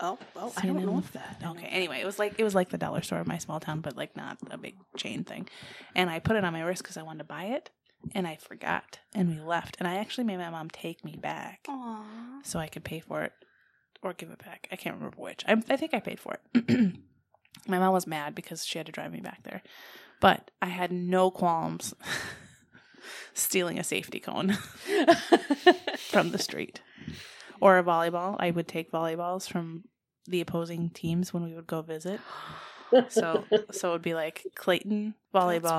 oh oh I C&M. don't know if that I Okay. don't- Anyway, it was like it was like the dollar store in my small town, but like not a big chain thing. And I put it on my wrist because I wanted to buy it, and I forgot, and we left. And I actually made my mom take me back Aw. so I could pay for it or give it back. I can't remember which. I, I think I paid for it. My mom was mad because she had to drive me back there, but I had no qualms stealing a safety cone from the street or a volleyball. I would take volleyballs from the opposing teams when we would go visit. So, so it would be like Clayton volleyball.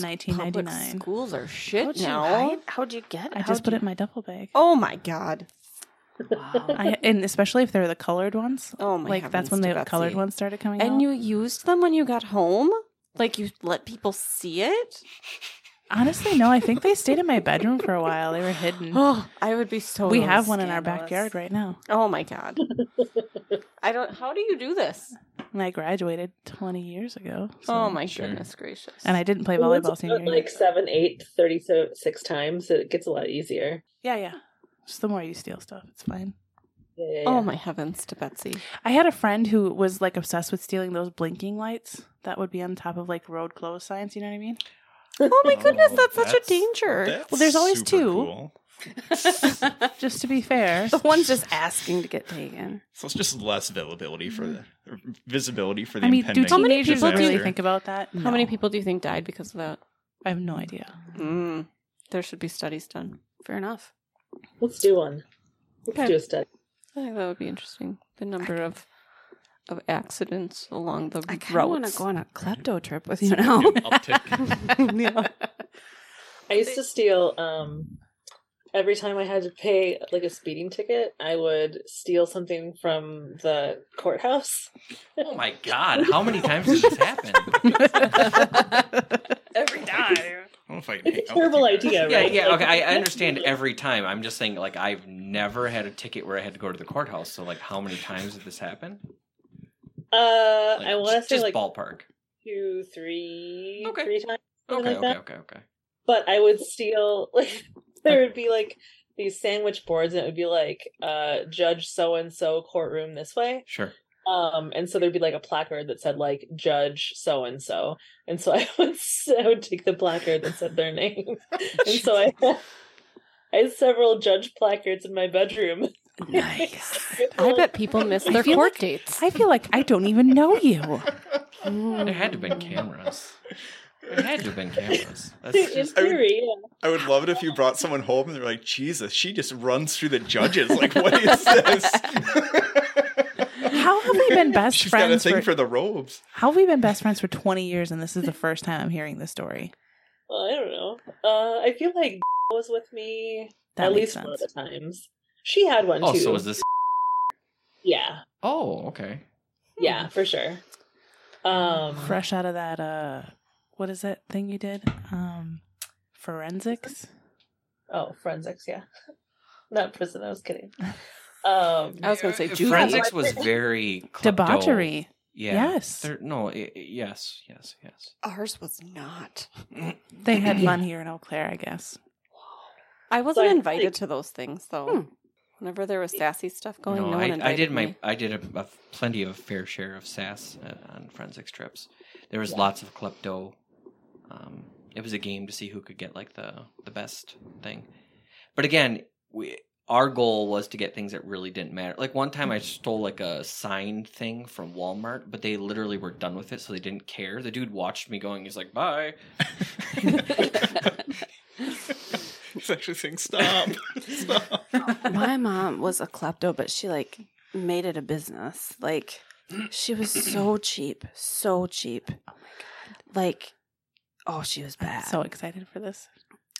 nineteen ninety 1999. nine. Schools are shit How'd you now. hide- How'd you get? I how'd just put you- it in my duffel bag. Oh my god. Wow. I, and especially if they're the colored ones, Oh my. like that's when the colored ones started coming out. And you used them when you got home? Like you let people see it? Honestly, no. I think they stayed in my bedroom for a while. They were hidden. Oh, I would be so. we have one in our backyard right now. Oh my god. I don't. How do you do this? And I graduated 20 years ago. so- oh my sure. goodness gracious. And I didn't play Once volleyball it's senior done, year. Like seven, eight, 36 times, it gets a lot easier. Yeah, yeah. Just the more you steal stuff, it's fine. Yeah, yeah, yeah. Oh my heavens to Betsy. I had a friend who was like obsessed with stealing those blinking lights that would be on top of like road closed signs. You know what I mean? Oh my goodness, Oh, that's, such a danger. that's Well, there's always super two. cool. Just to be fair. The one's just asking to get taken. So it's just less availability for the or visibility for Mm-hmm. the I mean, do impending. teenage many people disaster. really think about that? How many No. people do you think died because of that? I have no idea. Mm, there should be studies done. Fair enough. Let's do one. Let's Okay. do a study. I think that would be interesting. The number of of accidents along the I kind of want roads. to go on a klepto trip with you now. Uptick. yeah. I used to steal. Um, every time I had to pay like a speeding ticket, I would steal something from the courthouse. Oh my god! How many times did this happen? Every time. I don't know if I It's a can hang out with terrible you guys. idea, yeah, right? yeah. Like- Okay, I understand every time. I'm just saying, like, I've never had a ticket where I had to go to the courthouse. So, like, how many times did this happen? Uh, Like, I want to just, say just like ballpark. two, three, Okay. three times. something Okay, like okay, that. okay, okay. But I would steal like there would be like these sandwich boards, and it would be like uh, Judge so and so courtroom this way. Sure. Um, and so there'd be like a placard that said like Judge so and so, and so I would s- I would take the placard that said their name, and so I had, I had several judge placards in my bedroom. Nice. I bet people miss I their feel court dates. I feel like I don't even know you. There had to have been cameras. There had to have been cameras. That's in just. theory, yeah. I would love it if you brought someone home and they're like, Jesus, she just runs through the judges. Like, what is this? How have we been best She's got a friends? thing for- for, the robes. How have we been best friends for 20 years and this is the first time I'm hearing this story? Well, I don't know. Uh, I feel like was with me That at makes least one of sense. the times. She had one Oh, too. so was this? Yeah, Oh, okay. Hmm. yeah, for sure. Um, Fresh out of that, uh, what is that thing you did? Um, forensics? oh, forensics, yeah, not prison. I was kidding. Um, I was going to say juvie. Forensics was very klepto. Debauchery. Yeah. Yes. There- no. i i- yes. Yes. Yes. Ours was not. They had fun here in Eau Claire, I guess. Oh, I wasn't So I- invited to those things though. Hmm. Whenever there was sassy stuff going, no, no, one I, invited I did my me. I did a, a plenty of fair share of sass uh, on forensics trips. There was lots of klepto. Um, it was a game to see who could get like the the best thing. But again, we our goal was to get things that really didn't matter. Like one time, I stole like a signed thing from Walmart, but they literally were done with it, so they didn't care. The dude watched me going. He's like, "Bye." He's actually saying, stop, stop. My mom was a klepto, but she like made it a business. Like she was so cheap, so cheap. Oh my god! Like, oh, she was I'm bad. so excited for this.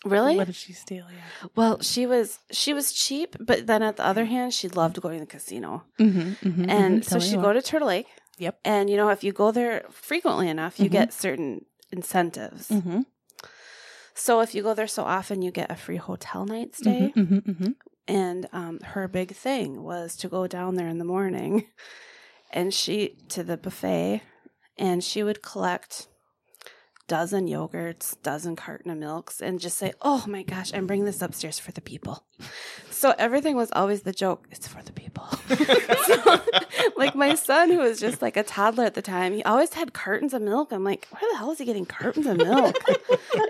really? What did she steal? Yeah. Well, she was she was cheap, but then at the other hand, she loved going to the casino, Mm-hmm, and so she'd go to Turtle Lake Yep. And you know, if you go there frequently enough, you Mhm. get certain incentives. Mm-hmm. So if you go there so often, you get a free hotel night stay. Mm-hmm, mm-hmm, mm-hmm. and um, her big thing was to go down there in the morning and she to the buffet and she would collect dozen yogurts dozen carton of milks and just say oh my gosh i'm bringing this upstairs for the people so everything was always the joke it's for the people so, like my son who was just like a toddler at the time he always had cartons of milk i'm like where the hell is he getting cartons of milk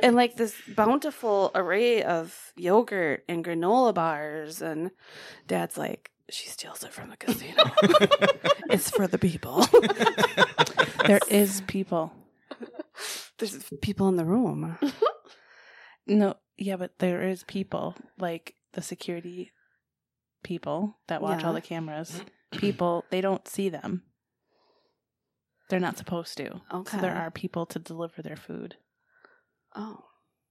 and like this bountiful array of yogurt and granola bars and dad's like she steals it from the casino it's for the people There is people. there's people in the room No, yeah, but there is people like the security people that watch all Yeah. the cameras. People they don't see them. They're not supposed to. okay So there are people to deliver their food. oh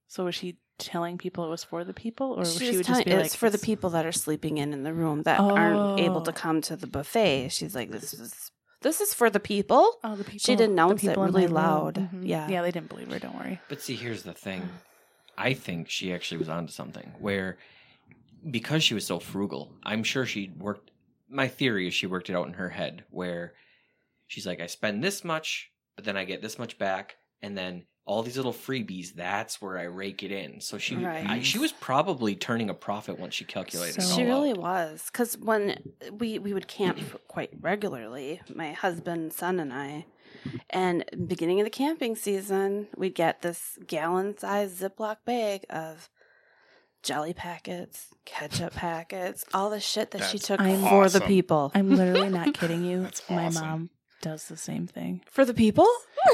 So was she telling people it was for the people, or she, she, would was just telling be like, it's for the people that are sleeping in in the room that aren't able to Oh. come to the buffet she's like this is this is for the people Oh, the people. she denounced it people in really my room." loud. Mhm. Yeah. yeah, they didn't believe her. Don't worry. But see, here's the thing. I think she actually was onto something where because she was so frugal, I'm sure she worked my theory is she worked it out in her head where she's like, I spend this much, but then I get this much back, and then all these little freebies, that's where I rake it in. So she Right. I, she was probably turning a profit once she calculated it So- all She really out. was, because when we we would camp quite regularly, my husband, son, and I, and beginning of the camping season, we'd get this gallon-sized Ziploc bag of jelly packets, ketchup packets, all the shit that she That's took I'm- for the awesome. people. I'm literally not kidding you. That's My awesome. mom does the same thing. for the people?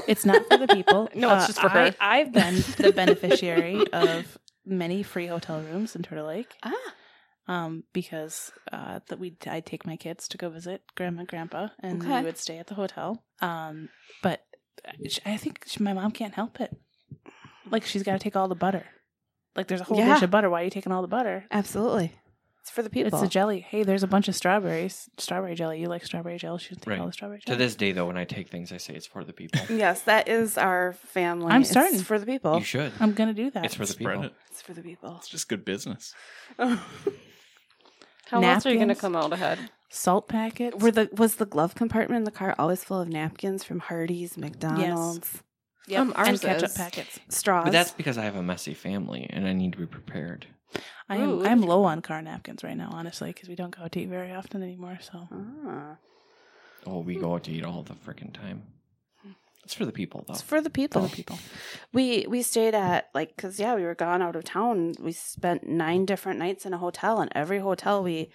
It's not for the people. Uh, No, it's just for her. I, I've been the beneficiary of many free hotel rooms in Turtle Lake Ah, um, because uh, that we I'd take my kids to go visit grandma and grandpa, and Okay. we would stay at the hotel. Um, but sh- I think sh my mom can't help it. Like she's got to take all the butter. Like there's a whole Yeah. dish of butter. Why are you taking all the butter? absolutely. It's for the people. It's a jelly. Hey, there's a bunch of strawberries. Strawberry jelly. You like strawberry jelly? She'll take Right. all the strawberry To jelly. this day though, when I take things I say it's for the people. yes, that is our family. I'm It's starting. for the people. You should. I'm gonna do that. It's for the Spread people. it. It's for the people. It's just good business. How else are you going to Napkins? come out ahead? salt packets. Were the was the glove compartment in the car always full of napkins from Hardee's, McDonald's, Yep. Um, ours and ketchup is. packets. straws? But that's because I have a messy family and I need to be prepared. I am Ooh, look I'm at low on car napkins right now, honestly, because we don't go out to eat very often anymore. So Ah. Oh, we go out to eat all the freaking time. Hmm. It's for the people though. It's for the people. Oh. For the people. We we stayed at like because yeah we were gone out of town. We spent nine different nights in a hotel, and every hotel we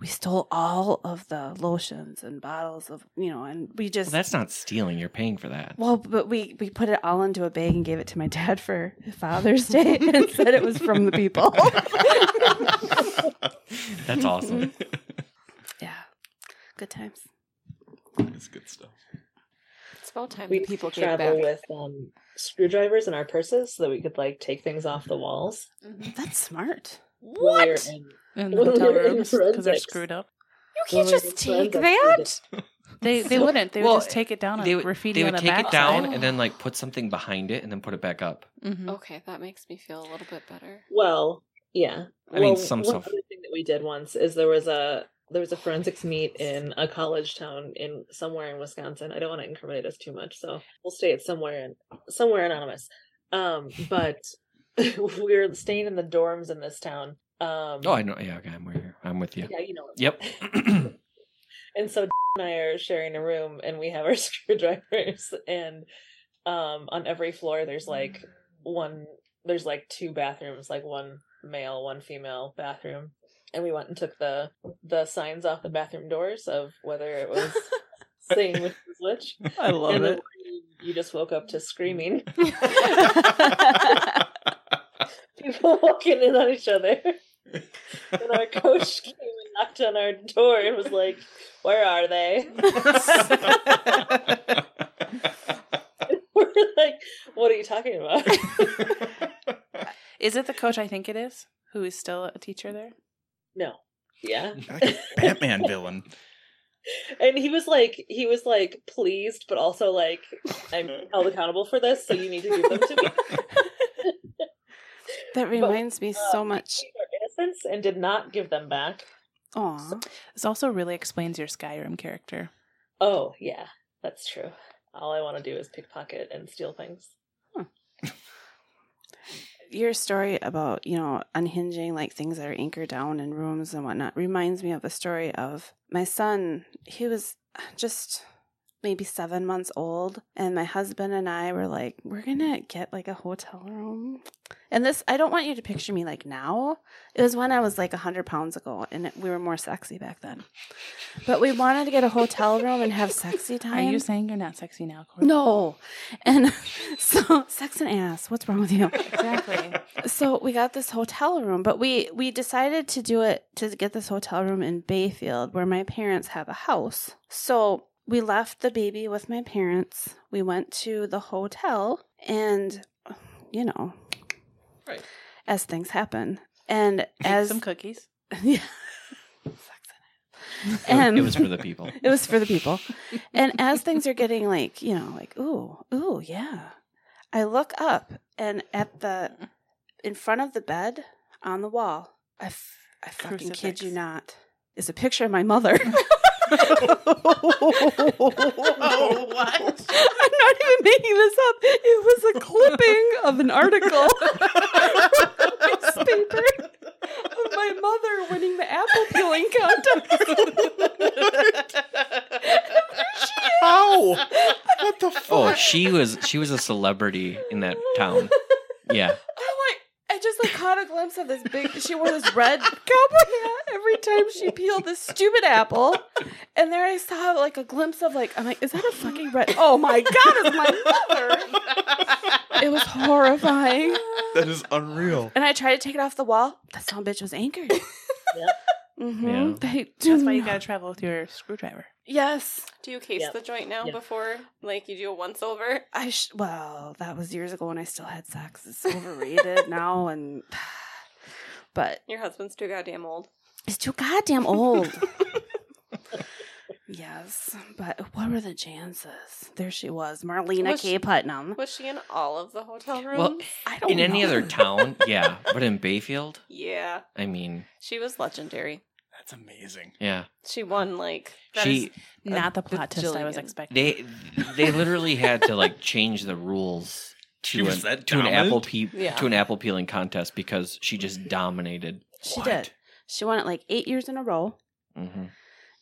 we stole all of the lotions and bottles of you know, and we Well, just that's not stealing. You're paying for that. well, but we we put it all into a bag and gave it to my dad for Father's Day, and said it was from the people. Oh. That's awesome. yeah, good times. It's good stuff. It's about time We the people people came travel back. with um, screwdrivers in our purses so that we could like take things off the walls. That's smart. What? in the Well, hotel they're in rooms because they're forensics. screwed up. You can't can't Well, just just friends take take are that. that. They they wouldn't. They Well, would just take it down they and would, graffiti they would on take the it backside. Oh. down and then like put something behind it and then put it back up. Mhm. Okay, that makes me feel a little bit better. Well, yeah. I mean, Well, some one stuff. other thing that we did once is there was a there was a forensics meet in a college town in somewhere in Wisconsin. I don't want to incriminate us too much, so we'll stay at somewhere in somewhere anonymous. Um, but we were staying in the dorms in this town. Um, Oh, I know. Yeah, okay, I'm with you. I'm with you. yeah, you know. Yep. And so and I are sharing a room, and we have our screwdrivers. And um, on every floor, there's like one, there's like two bathrooms, like one male, one female bathroom. And we went and took the the signs off the bathroom doors of whether it was saying which was which. I love and it. then you just woke up to screaming, people walking in on each other. And our coach came and knocked on our door and was like, "Where are they?" We're like, "What are you talking about?" Is it the coach I think it is, who is still a teacher there? No. Yeah. like a Batman villain. and he was like he was like pleased but also like i'm held accountable for this so you need to give them to me That reminds me so much. their innocence and did not give them back Aw. This also really explains your Skyrim character. oh yeah that's true all i want to do is pickpocket and steal things Your story about, you know, unhinging like things that are anchored down in rooms and whatnot reminds me of the story of my son. He was just maybe seven months old, and my husband and I were like, we're gonna get like a hotel room. And this, I don't want you to picture me like now. It was when I was like 100 pounds ago, and it, we were more sexy back then. But we wanted to get a hotel room and have sexy time. Are you saying you're not sexy now, Courtney? Um, No. And so sex and ass, what's wrong with you? Exactly. So we got this hotel room, but we we decided to do it to get this hotel room in Bayfield where my parents have a house. So we left the baby with my parents. We went to the hotel and you know, Right. as things happen. And as Some cookies. yeah. Sex and ass. Um. it was for the people. It was for the people. and as things are getting like, you know, like, ooh, ooh, yeah. I look up and at the in front of the bed on the wall, I, f- I fucking kid Crucifix. you not, is a picture of my mother. Oh, what? I'm not even making this up. It was a clipping of an article newspaper of my mother winning the apple peeling contest. How? What the fuck? Oh, she was she was a celebrity in that town. Yeah. I'm like, I just like caught a glimpse of this big. She wore this red cowboy hat every time she peeled this stupid apple, and there I saw like a glimpse of like I'm like, is that a fucking red? Oh my god, it's my mother! It was horrifying, That is unreal. and I tried to take it off the wall. That son of a bitch was anchored. Mm-hmm. Yeah. They do That's why you not- gotta travel with your screwdriver. Yes, Do you case Yep. the joint now Yep. before, like, you do a once over? I sh- well, that was years ago when I still had sex. It's overrated now, and but Your husband's too goddamn old. It's too goddamn old. yes, but what were the chances? There she was, Marlena Was K. she- Putnam. Was she in all of the hotel rooms? Well, I don't In Oh, any know. other town, yeah, but in Bayfield, yeah. I mean, She was legendary. That's amazing. yeah. She won, like, That she is Not the plot twist I was bajillion. expecting. they they literally had to like change the rules She to was an, that to an apple dominant? Mm-hmm. pe- Yeah. to an apple peeling contest because she just dominated. She did. She won it like eight years in a row, Mm-hmm. hmm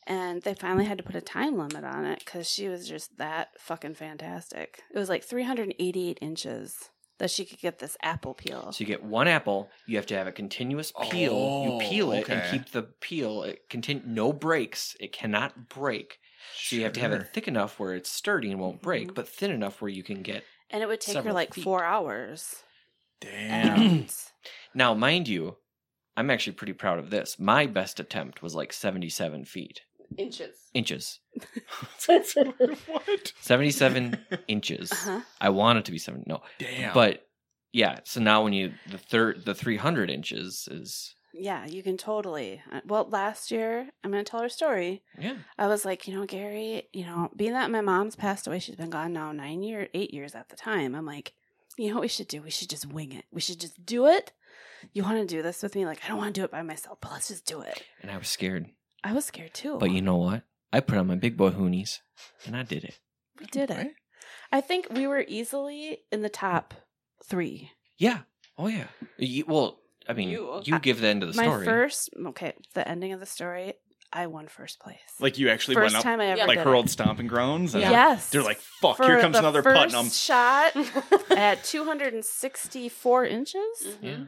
and they finally had to put a time limit on it because she was just that fucking fantastic. It was like 388 inches that she could get this apple peel. So you get one apple, you have to have a continuous peel. Oh, you peel it okay. and keep the peel. It contin- no breaks. It cannot break. So you have to have Sure. it thick enough where it's sturdy and won't break, Mhm. but thin enough where you can get. and it would take her Several like feet. four hours. Damn. And Now, mind you, I'm actually pretty proud of this. My best attempt was like 77 feet inches. inches, what? 77 inches. uh-huh. I want it to be seven. No, Damn. but yeah. So now when you the third the three hundred inches is Yeah, you can totally. uh, Well, last year, I'm going to tell her story. yeah I was like, you know, Gary, you know, being that my mom's passed away, she's been gone now nine year, eight years at the time. I'm like, you know what we should do? We should just wing it. We should just do it. You want to do this with me? Like, I don't want to do it by myself, but let's just do it. and I was scared. I was scared too. But you know what? I put on my big boy hoonies and I did it. we did it. I think we were easily in the top three. Yeah. Oh yeah. You, well, I mean, You- you, give the end of the my story. first, okay, the ending of the story, I won first place. Like you actually first went up, time I ever Yeah. like did it. hurled stomping grounds. And Yes. They're like, fuck, For here comes the another first Putnam. shot at 264 inches Yeah.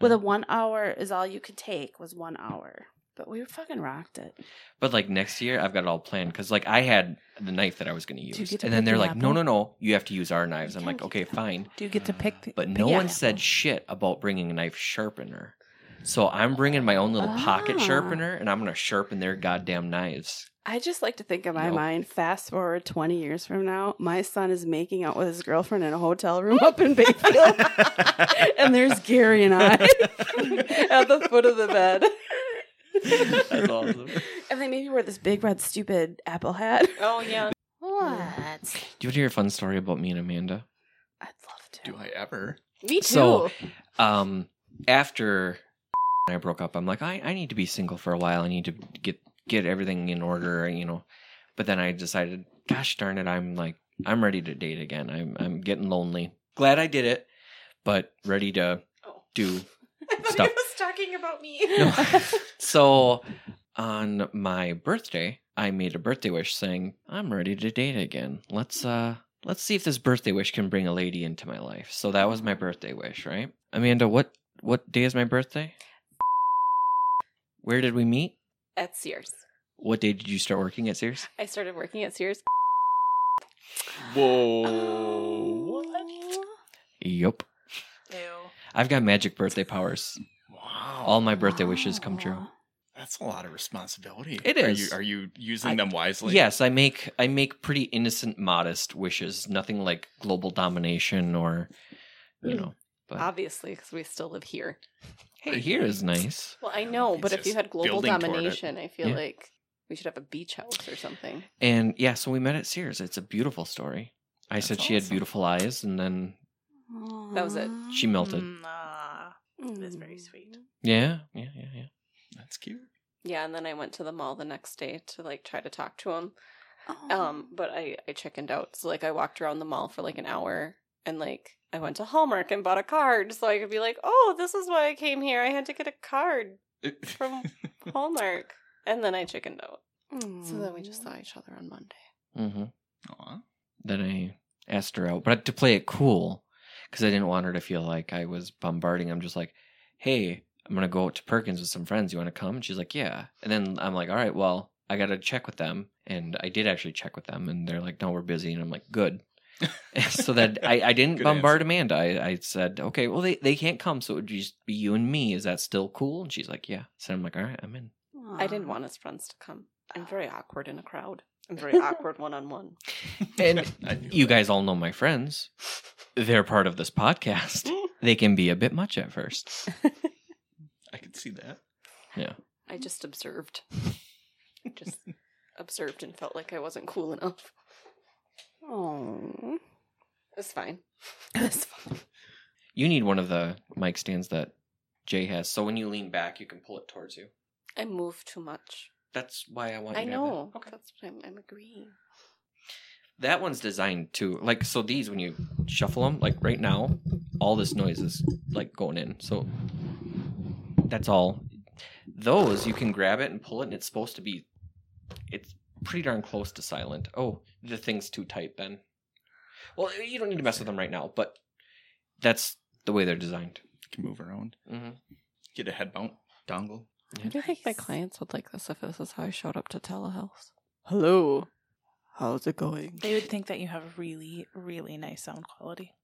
with a one hour is all you could take was one hour. But we fucking rocked it. But like next year, I've got it all planned because like I had the knife that I was going to you use, get to and then pick they're the like, no, apple? no, no, you have to use our knives. You I'm can't like, get okay, the apple. fine. Do you get to pick? The, But pick no your one apple? said shit about bringing a knife sharpener. So I'm bringing my own little pocket Ah. sharpener, and I'm going to sharpen their goddamn knives. I just like to think in my Nope. mind, fast forward 20 years from now, my son is making out with his girlfriend in a hotel room up in Bayfield. and there's Gary and I at the foot of the bed. That's awesome. And they maybe wore this big red stupid apple hat. Oh yeah. What? Do you want to hear a fun story about me and Amanda? I'd love to. Do I ever? Me too. So- Um, after I broke up, I'm like, I, I need to be single for a while. I need to get get everything in order, you know. But then I decided, gosh darn it, I'm like, I'm ready to date again. I'm I'm getting lonely. Glad I did it, but ready to do I thought Stop. he was talking about me. No. so on my birthday, I made a birthday wish saying, I'm ready to date again. Let's uh let's see if this birthday wish can bring a lady into my life. So that was my birthday wish, right? Amanda, what what day is my birthday? Where did we meet? at Sears. What day did you start working at Sears? I started working at Sears. Whoa. Uh, Yup. Ew. I've got magic birthday powers. Wow. All my birthday wishes come true. That's a lot of responsibility. It Are is. you, are you using I- them wisely? Yes, I make I make pretty innocent, modest wishes. Nothing like global domination or you know. But Obviously, because we still live here. Hey, here is nice. Well, I know, It's but if you just had global building toward it. domination, I feel Yeah. like we should have a beach house or something. And yeah, so we met at Sears. It's a beautiful story. I That's said she had awesome. beautiful eyes, and then That was it. she melted. Mm. Nah. That's Mm, very sweet. Yeah, yeah, yeah, yeah. That's cute. Yeah, and then I went to the mall the next day to like try to talk to him. Um, Um, but I I chickened out. So like I walked around the mall for like an hour and like I went to Hallmark and bought a card so I could be like, "Oh, this is why I came here. I had to get a card from Hallmark." And then I chickened out. Mm. So then we just saw each other on Monday. Mm-hmm. Aw. Then I asked her out, but to play it cool, because I didn't want her to feel like I was bombarding. I'm just like, hey, I'm gonna go out to Perkins with some friends. You want to come? And she's like, yeah. And then I'm like, all right, well, I gotta check with them, and I did actually check with them, and they're like, no, we're busy, and I'm like, good. so that I, I didn't Good bombard answer. Amanda. I, I said, okay, well, they, they can't come, so it would just be you and me. Is that still cool? And she's like, yeah. So I'm like, all right, I'm in. I didn't want his friends to come. I'm very awkward in a crowd. I'm very awkward one on one. And I knew You that. guys all know my friends. They're part of this podcast. They can be a bit much at first. I could see that. I just observed. just observed and felt like I wasn't cool enough. Oh. It's fine. That's fun. You need one of the mic stands that Jay has. So when you lean back, you can pull it towards you. I move too much. That's why I want you I to have know. that. Okay. That's what I'm, I'm agreeing. That one's designed to like so these when you shuffle them like right now, all this noise is like going in. So that's all. Those you can grab it and pull it, and it's supposed to be. It's pretty darn close to silent. Oh, the thing's too tight then. Well, you don't need to mess with them right now, but that's the way they're designed. You can move around. Mm-hmm. Get a head mount dongle. I do think my Nice. clients would like this if this is how I showed up to telehealth. hello. How's it going? They would think that you have really, really nice sound quality.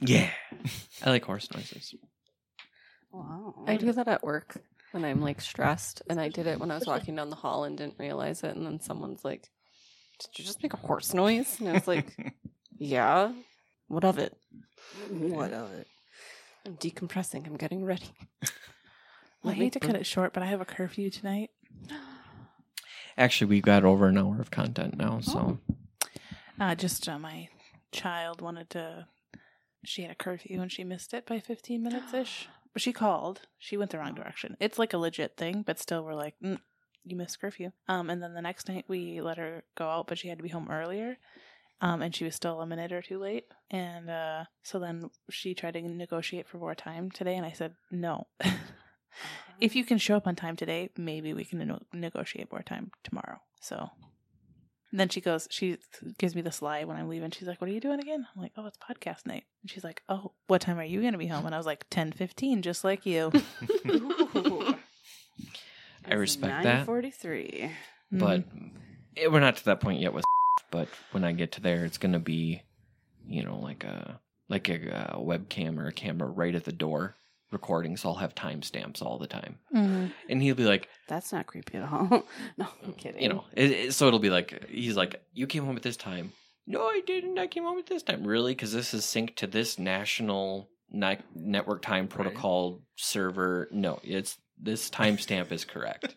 Yeah, I like horse noises. Wow. I do that at work when I'm like stressed, and I did it when I was walking down the hall and didn't realize it. And then someone's like, "Did you just make a horse noise?" And I was like, "Yeah, What of it? What of it? I'm decompressing. I'm getting ready." I hate to cut it short, but I have a curfew tonight. Actually, we've got over an hour of content now, so Uh, just uh, my child wanted to. She had a curfew and she missed it by 15 minutes ish. But she called. She went the wrong direction. It's like a legit thing, but still, we're like, mm, you missed curfew. Um, and then the next night, we let her go out, but she had to be home earlier. Um, and she was still a minute or two late. And uh, so then she tried to negotiate for more time today, and I said, no. if you can show up on time today, maybe we can ne- negotiate more time tomorrow. So and then she goes, she gives me the lie when I'm leaving. She's like, "What are you doing again?" I'm like, "Oh, it's podcast night." And she's like, "Oh, what time are you going to be home?" And I was like, 10:15, just like you." I respect that. 943. Mm-hmm. but Mm-hmm. eh, we're not to that point yet with but when i get to there it's gonna be you know like a like a, uh webcam or a camera right at the door recording so i'll have timestamps all the time Mhm. and he'll be like That's not creepy at all. no, I'm kidding. you know it, it- so it'll be like he's like you came home at this time no i didn't i came home at this time really because this is synced to this national ni- network time protocol server no it's this timestamp is correct.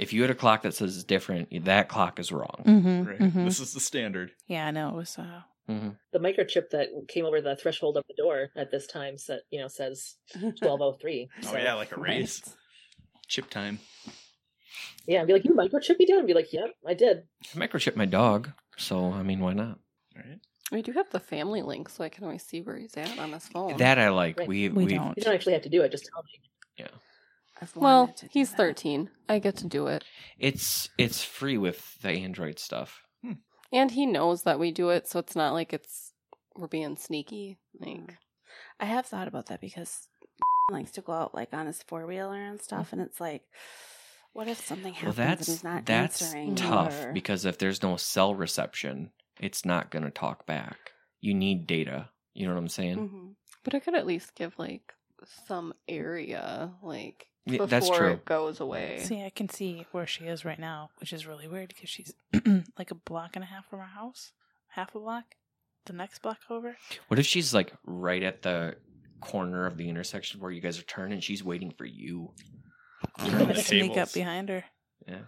if you had a clock that says it's different, that clock is wrong. Mm-hmm, Right. This is the standard. Yeah, I know it was. Uh, The microchip that came over the threshold of the door at this time said, you know, says 1203. Oh So- yeah, like a race. Chip time. Yeah, and be like, you microchip me down? And be like, yep, I did. I microchip my dog, so I mean, why not? All right. We do have the family link, so I can always see where he's at on his Oh, phone. That I like. Right. We we we don't. You don't actually have to do it. Just tell me. I've well, wanted to do he's that. 13. I get to do it. It's it's free with the Android stuff. And he knows that we do it, so it's not like it's we're being sneaky. Mm. Like I have thought about that because likes to go out like on his four wheeler and stuff, and it's like, what if something Well, happens and that's he's not that's answering? tough or- because if there's no cell reception, it's not going to talk back. You need data. You know what I'm saying? Mhm. but I could at least give like some area like Yeah, before that's true. it goes away. See, I can see where she is right now, which is really weird because she's like a block and a half from our house, half a block, the next block over. What if she's like right at the corner of the intersection where you guys are turning? She's waiting for you. Turn I'm the gonna sneak tables. up behind her. Yeah.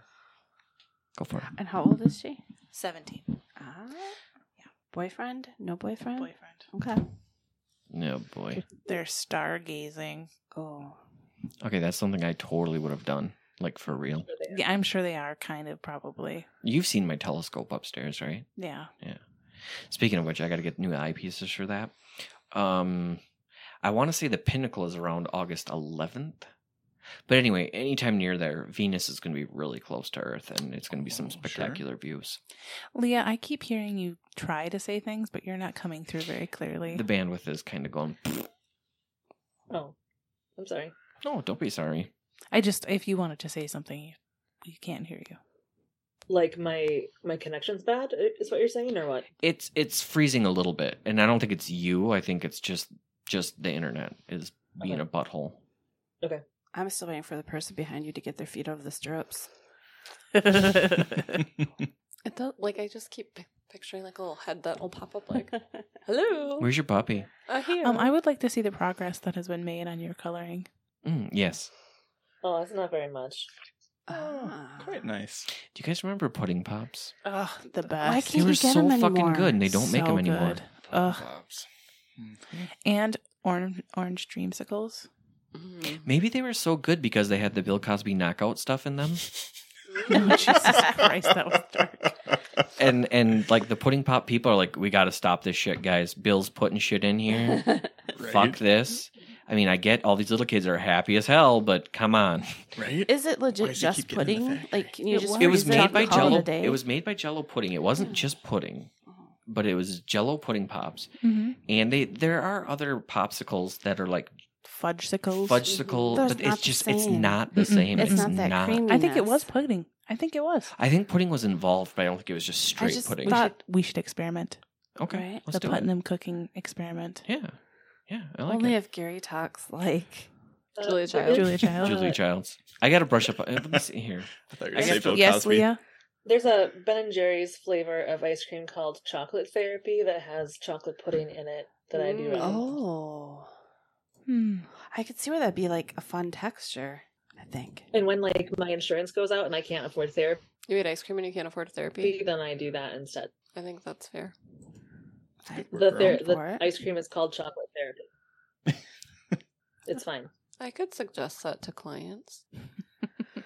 Go for it. And how old is she? Seventeen Ah, yeah. Boyfriend? No boyfriend? boyfriend. Okay. No boy. They're stargazing. Oh. Okay, that's something I totally would have done. Like for real. Yeah, I'm sure they are kind of probably. You've seen my telescope upstairs, right? Yeah. Speaking of which, I got to get new eyepieces for that. Um, I want to say the pinnacle is around August 11th. But anyway, anytime near there, Venus is going to be really close to Earth and it's going to be Oh, some sure. spectacular views. Leah, I keep hearing you try to say things, but you're not coming through very clearly. The bandwidth is kind of going, Oh, I'm sorry. no, don't be sorry. I just, if you wanted to say something, you, you can't hear you. Like my my connection's bad is what you're saying, or what? It's it's freezing a little bit, and I don't think it's you. I think it's just just the internet is being a butthole. I'm still waiting for the person behind you to get their feet out of the stirrups. It does like I just keep pi- picturing like a little head that will pop up like hello. Where's your puppy? uh, here. um, I would like to see the progress that has been made on your coloring. Mm, yes. Oh, that's not very much. Oh, Ah. quite nice. Do you guys remember pudding pops? Ugh, the best. Why they can't were we get so 'em fucking anymore? good, and they don't make So them anymore. good. Ugh. Pops. And orange, orange dreamsicles. Mm. Maybe they were so good because they had the Bill Cosby knockout stuff in them, Oh, Jesus Christ, that was dark. and and like the pudding pop people are like, we got to stop this shit, guys. Bill's putting shit in here. Right? Fuck this. I mean, I get all these little kids are happy as hell, but come on. Right? Is it legit Why does it just keep getting in the pudding? factory? Like, can you It just was. it was freeze made by and call it Jello. a day? It was made by Jello pudding. It wasn't just pudding, but it was Jello pudding pops. Mm-hmm. And they there are other popsicles that are like Fudgesicles. fudgesicles, Those but not it's the just it's same. not the Mm-mm. same. It's, not that creamy. I think it was pudding. I think it was. I think pudding was involved, but I don't think it was just straight just pudding. We thought- should, we should experiment. okay, right, let's the do it. Putnam cooking experiment. Yeah, yeah, I like Only it. if Gary talks like. Uh, Julia but Child. there's- Julia Child. Julia Childs. I gotta brush up. uh, Let me see here. I thought you were I gonna say guess- Bill yes, Cosby. Leah. There's a Ben and Jerry's flavor of ice cream called Chocolate Therapy that has chocolate pudding in it that I do. Mm. really Oh. Hmm. I could see where that'd be like a fun texture, I think. And when like my insurance goes out and I can't afford therapy, You eat ice cream and you can't afford therapy. then I do that instead. I think that's fair. I, The, ther- Going the for it. ice cream is called chocolate therapy. it's fine. I could suggest that to clients.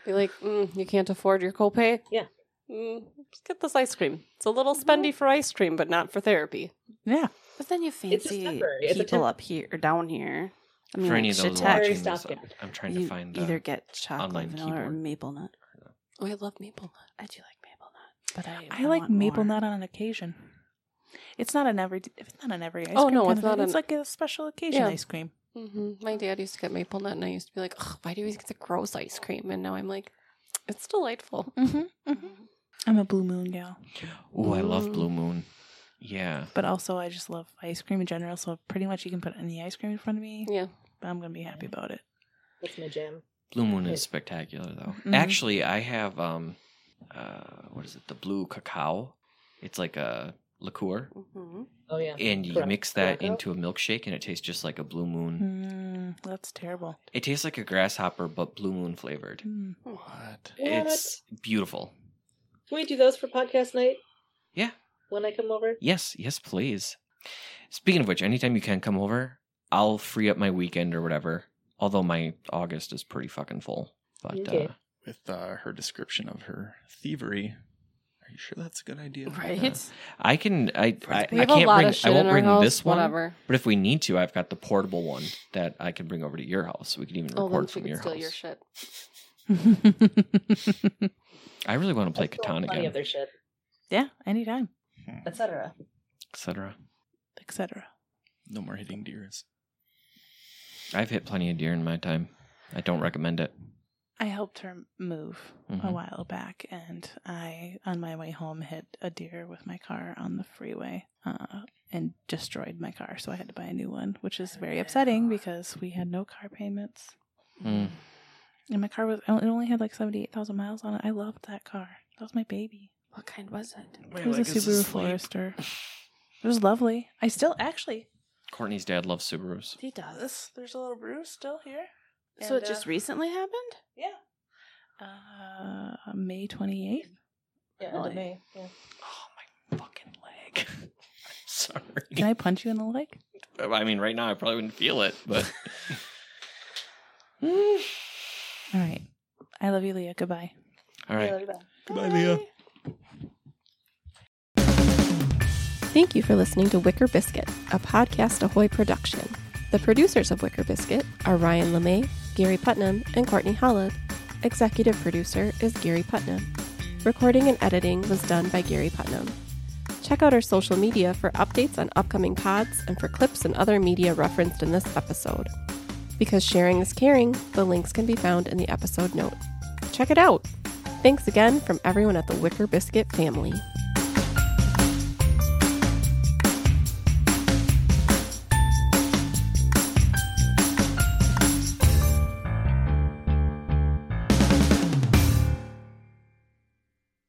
Be like, mm, you can't afford your copay. Yeah. Mm, just get this ice cream. It's a little spendy for ice cream, but not for therapy. Yeah. but then you just fancy temporary. It's a people temp- up here or down here. I mean, For like, any of those shiitake, Very watching this, stopgap. I'm- I'm trying to you find uh, either the- get chocolate online vanilla or keyboard. maple nut. Oh, I love maple nut. I do like maple nut, but I I, like want maple more. nut on occasion. It's not an every. It's not an every ice Oh, cream. no, kind it's of thing. not It's an- like a special occasion Yeah. ice cream. hmm My dad used to get maple nut, and I used to be like, Ugh, why do you always get the gross ice cream? And now I'm like, it's delightful. Mm-hmm. I'm a blue moon gal, Ooh, I love Mm. Blue Moon. Yeah, but also I just love ice cream in general. So pretty much you can put any ice cream in front of me, Yeah. but I'm gonna be happy about it. That's my jam. Blue Moon Yeah. is spectacular though. Mhm. Actually, I have um, uh, what is it? The blue cacao. It's like a liqueur, Mhm. Oh yeah. Mm-hmm. and you Correct. mix that Cacao? into a milkshake, and it tastes just like a Blue Moon. Mm, that's terrible. It tastes like a grasshopper, but blue moon flavored. Mm. What? It's beautiful. Can we do those for podcast night? Yeah. When I come over? Yes, yes, please. Speaking of which, anytime you can come over, I'll free up my weekend or whatever. Although my August is pretty fucking full. But Okay. uh, With uh, her description of her thievery, are you sure that's a good idea? Right? I can I I, We I have a can't lot bring of shit I in won't our bring house. this one. Whatever. But if we need to, I've got the portable one that I can bring over to your house. We can even Oh, then record she from can your steal house. your shit. I really want to play I Catan stole plenty of again, their shit, yeah, anytime, etc. etc. etc. No more hitting deers. I've hit plenty of deer in my time. I don't recommend it. I helped her move a Mhm. while back, and I, on my way home, hit a deer with my car on the freeway uh, and destroyed my car. So I had to buy a new one, which is very upsetting because we had no car payments. Mm. And my car was, it only had like 78,000 miles on it. I loved that car. That was my baby. What kind was it? It was a Subaru Forester. It was lovely. I still, actually, Courtney's dad loves Subarus. He does. there's a little bruise still here. uh, So it just recently happened? Yeah. Uh, May 28th. Yeah, end Really? of May. Yeah. Oh my fucking leg! I'm Can sorry. I punch you in the leg? I mean, right now I probably wouldn't feel it, but All right. I love you, Leah. Goodbye. all right. Goodbye, Leah. Thank you for listening to Wicker Biscuit, a podcast Ahoy production. The producers of Wicker Biscuit are Ryan LeMay, Gary Putnam, and Courtney Hollowed. Executive producer is Gary Putnam. Recording and editing was done by Gary Putnam. Check out our social media for updates on upcoming pods and for clips and other media referenced in this episode. Because sharing is caring, the links can be found in the episode note. Check it out! Thanks again from everyone at the Wicker Biscuit family.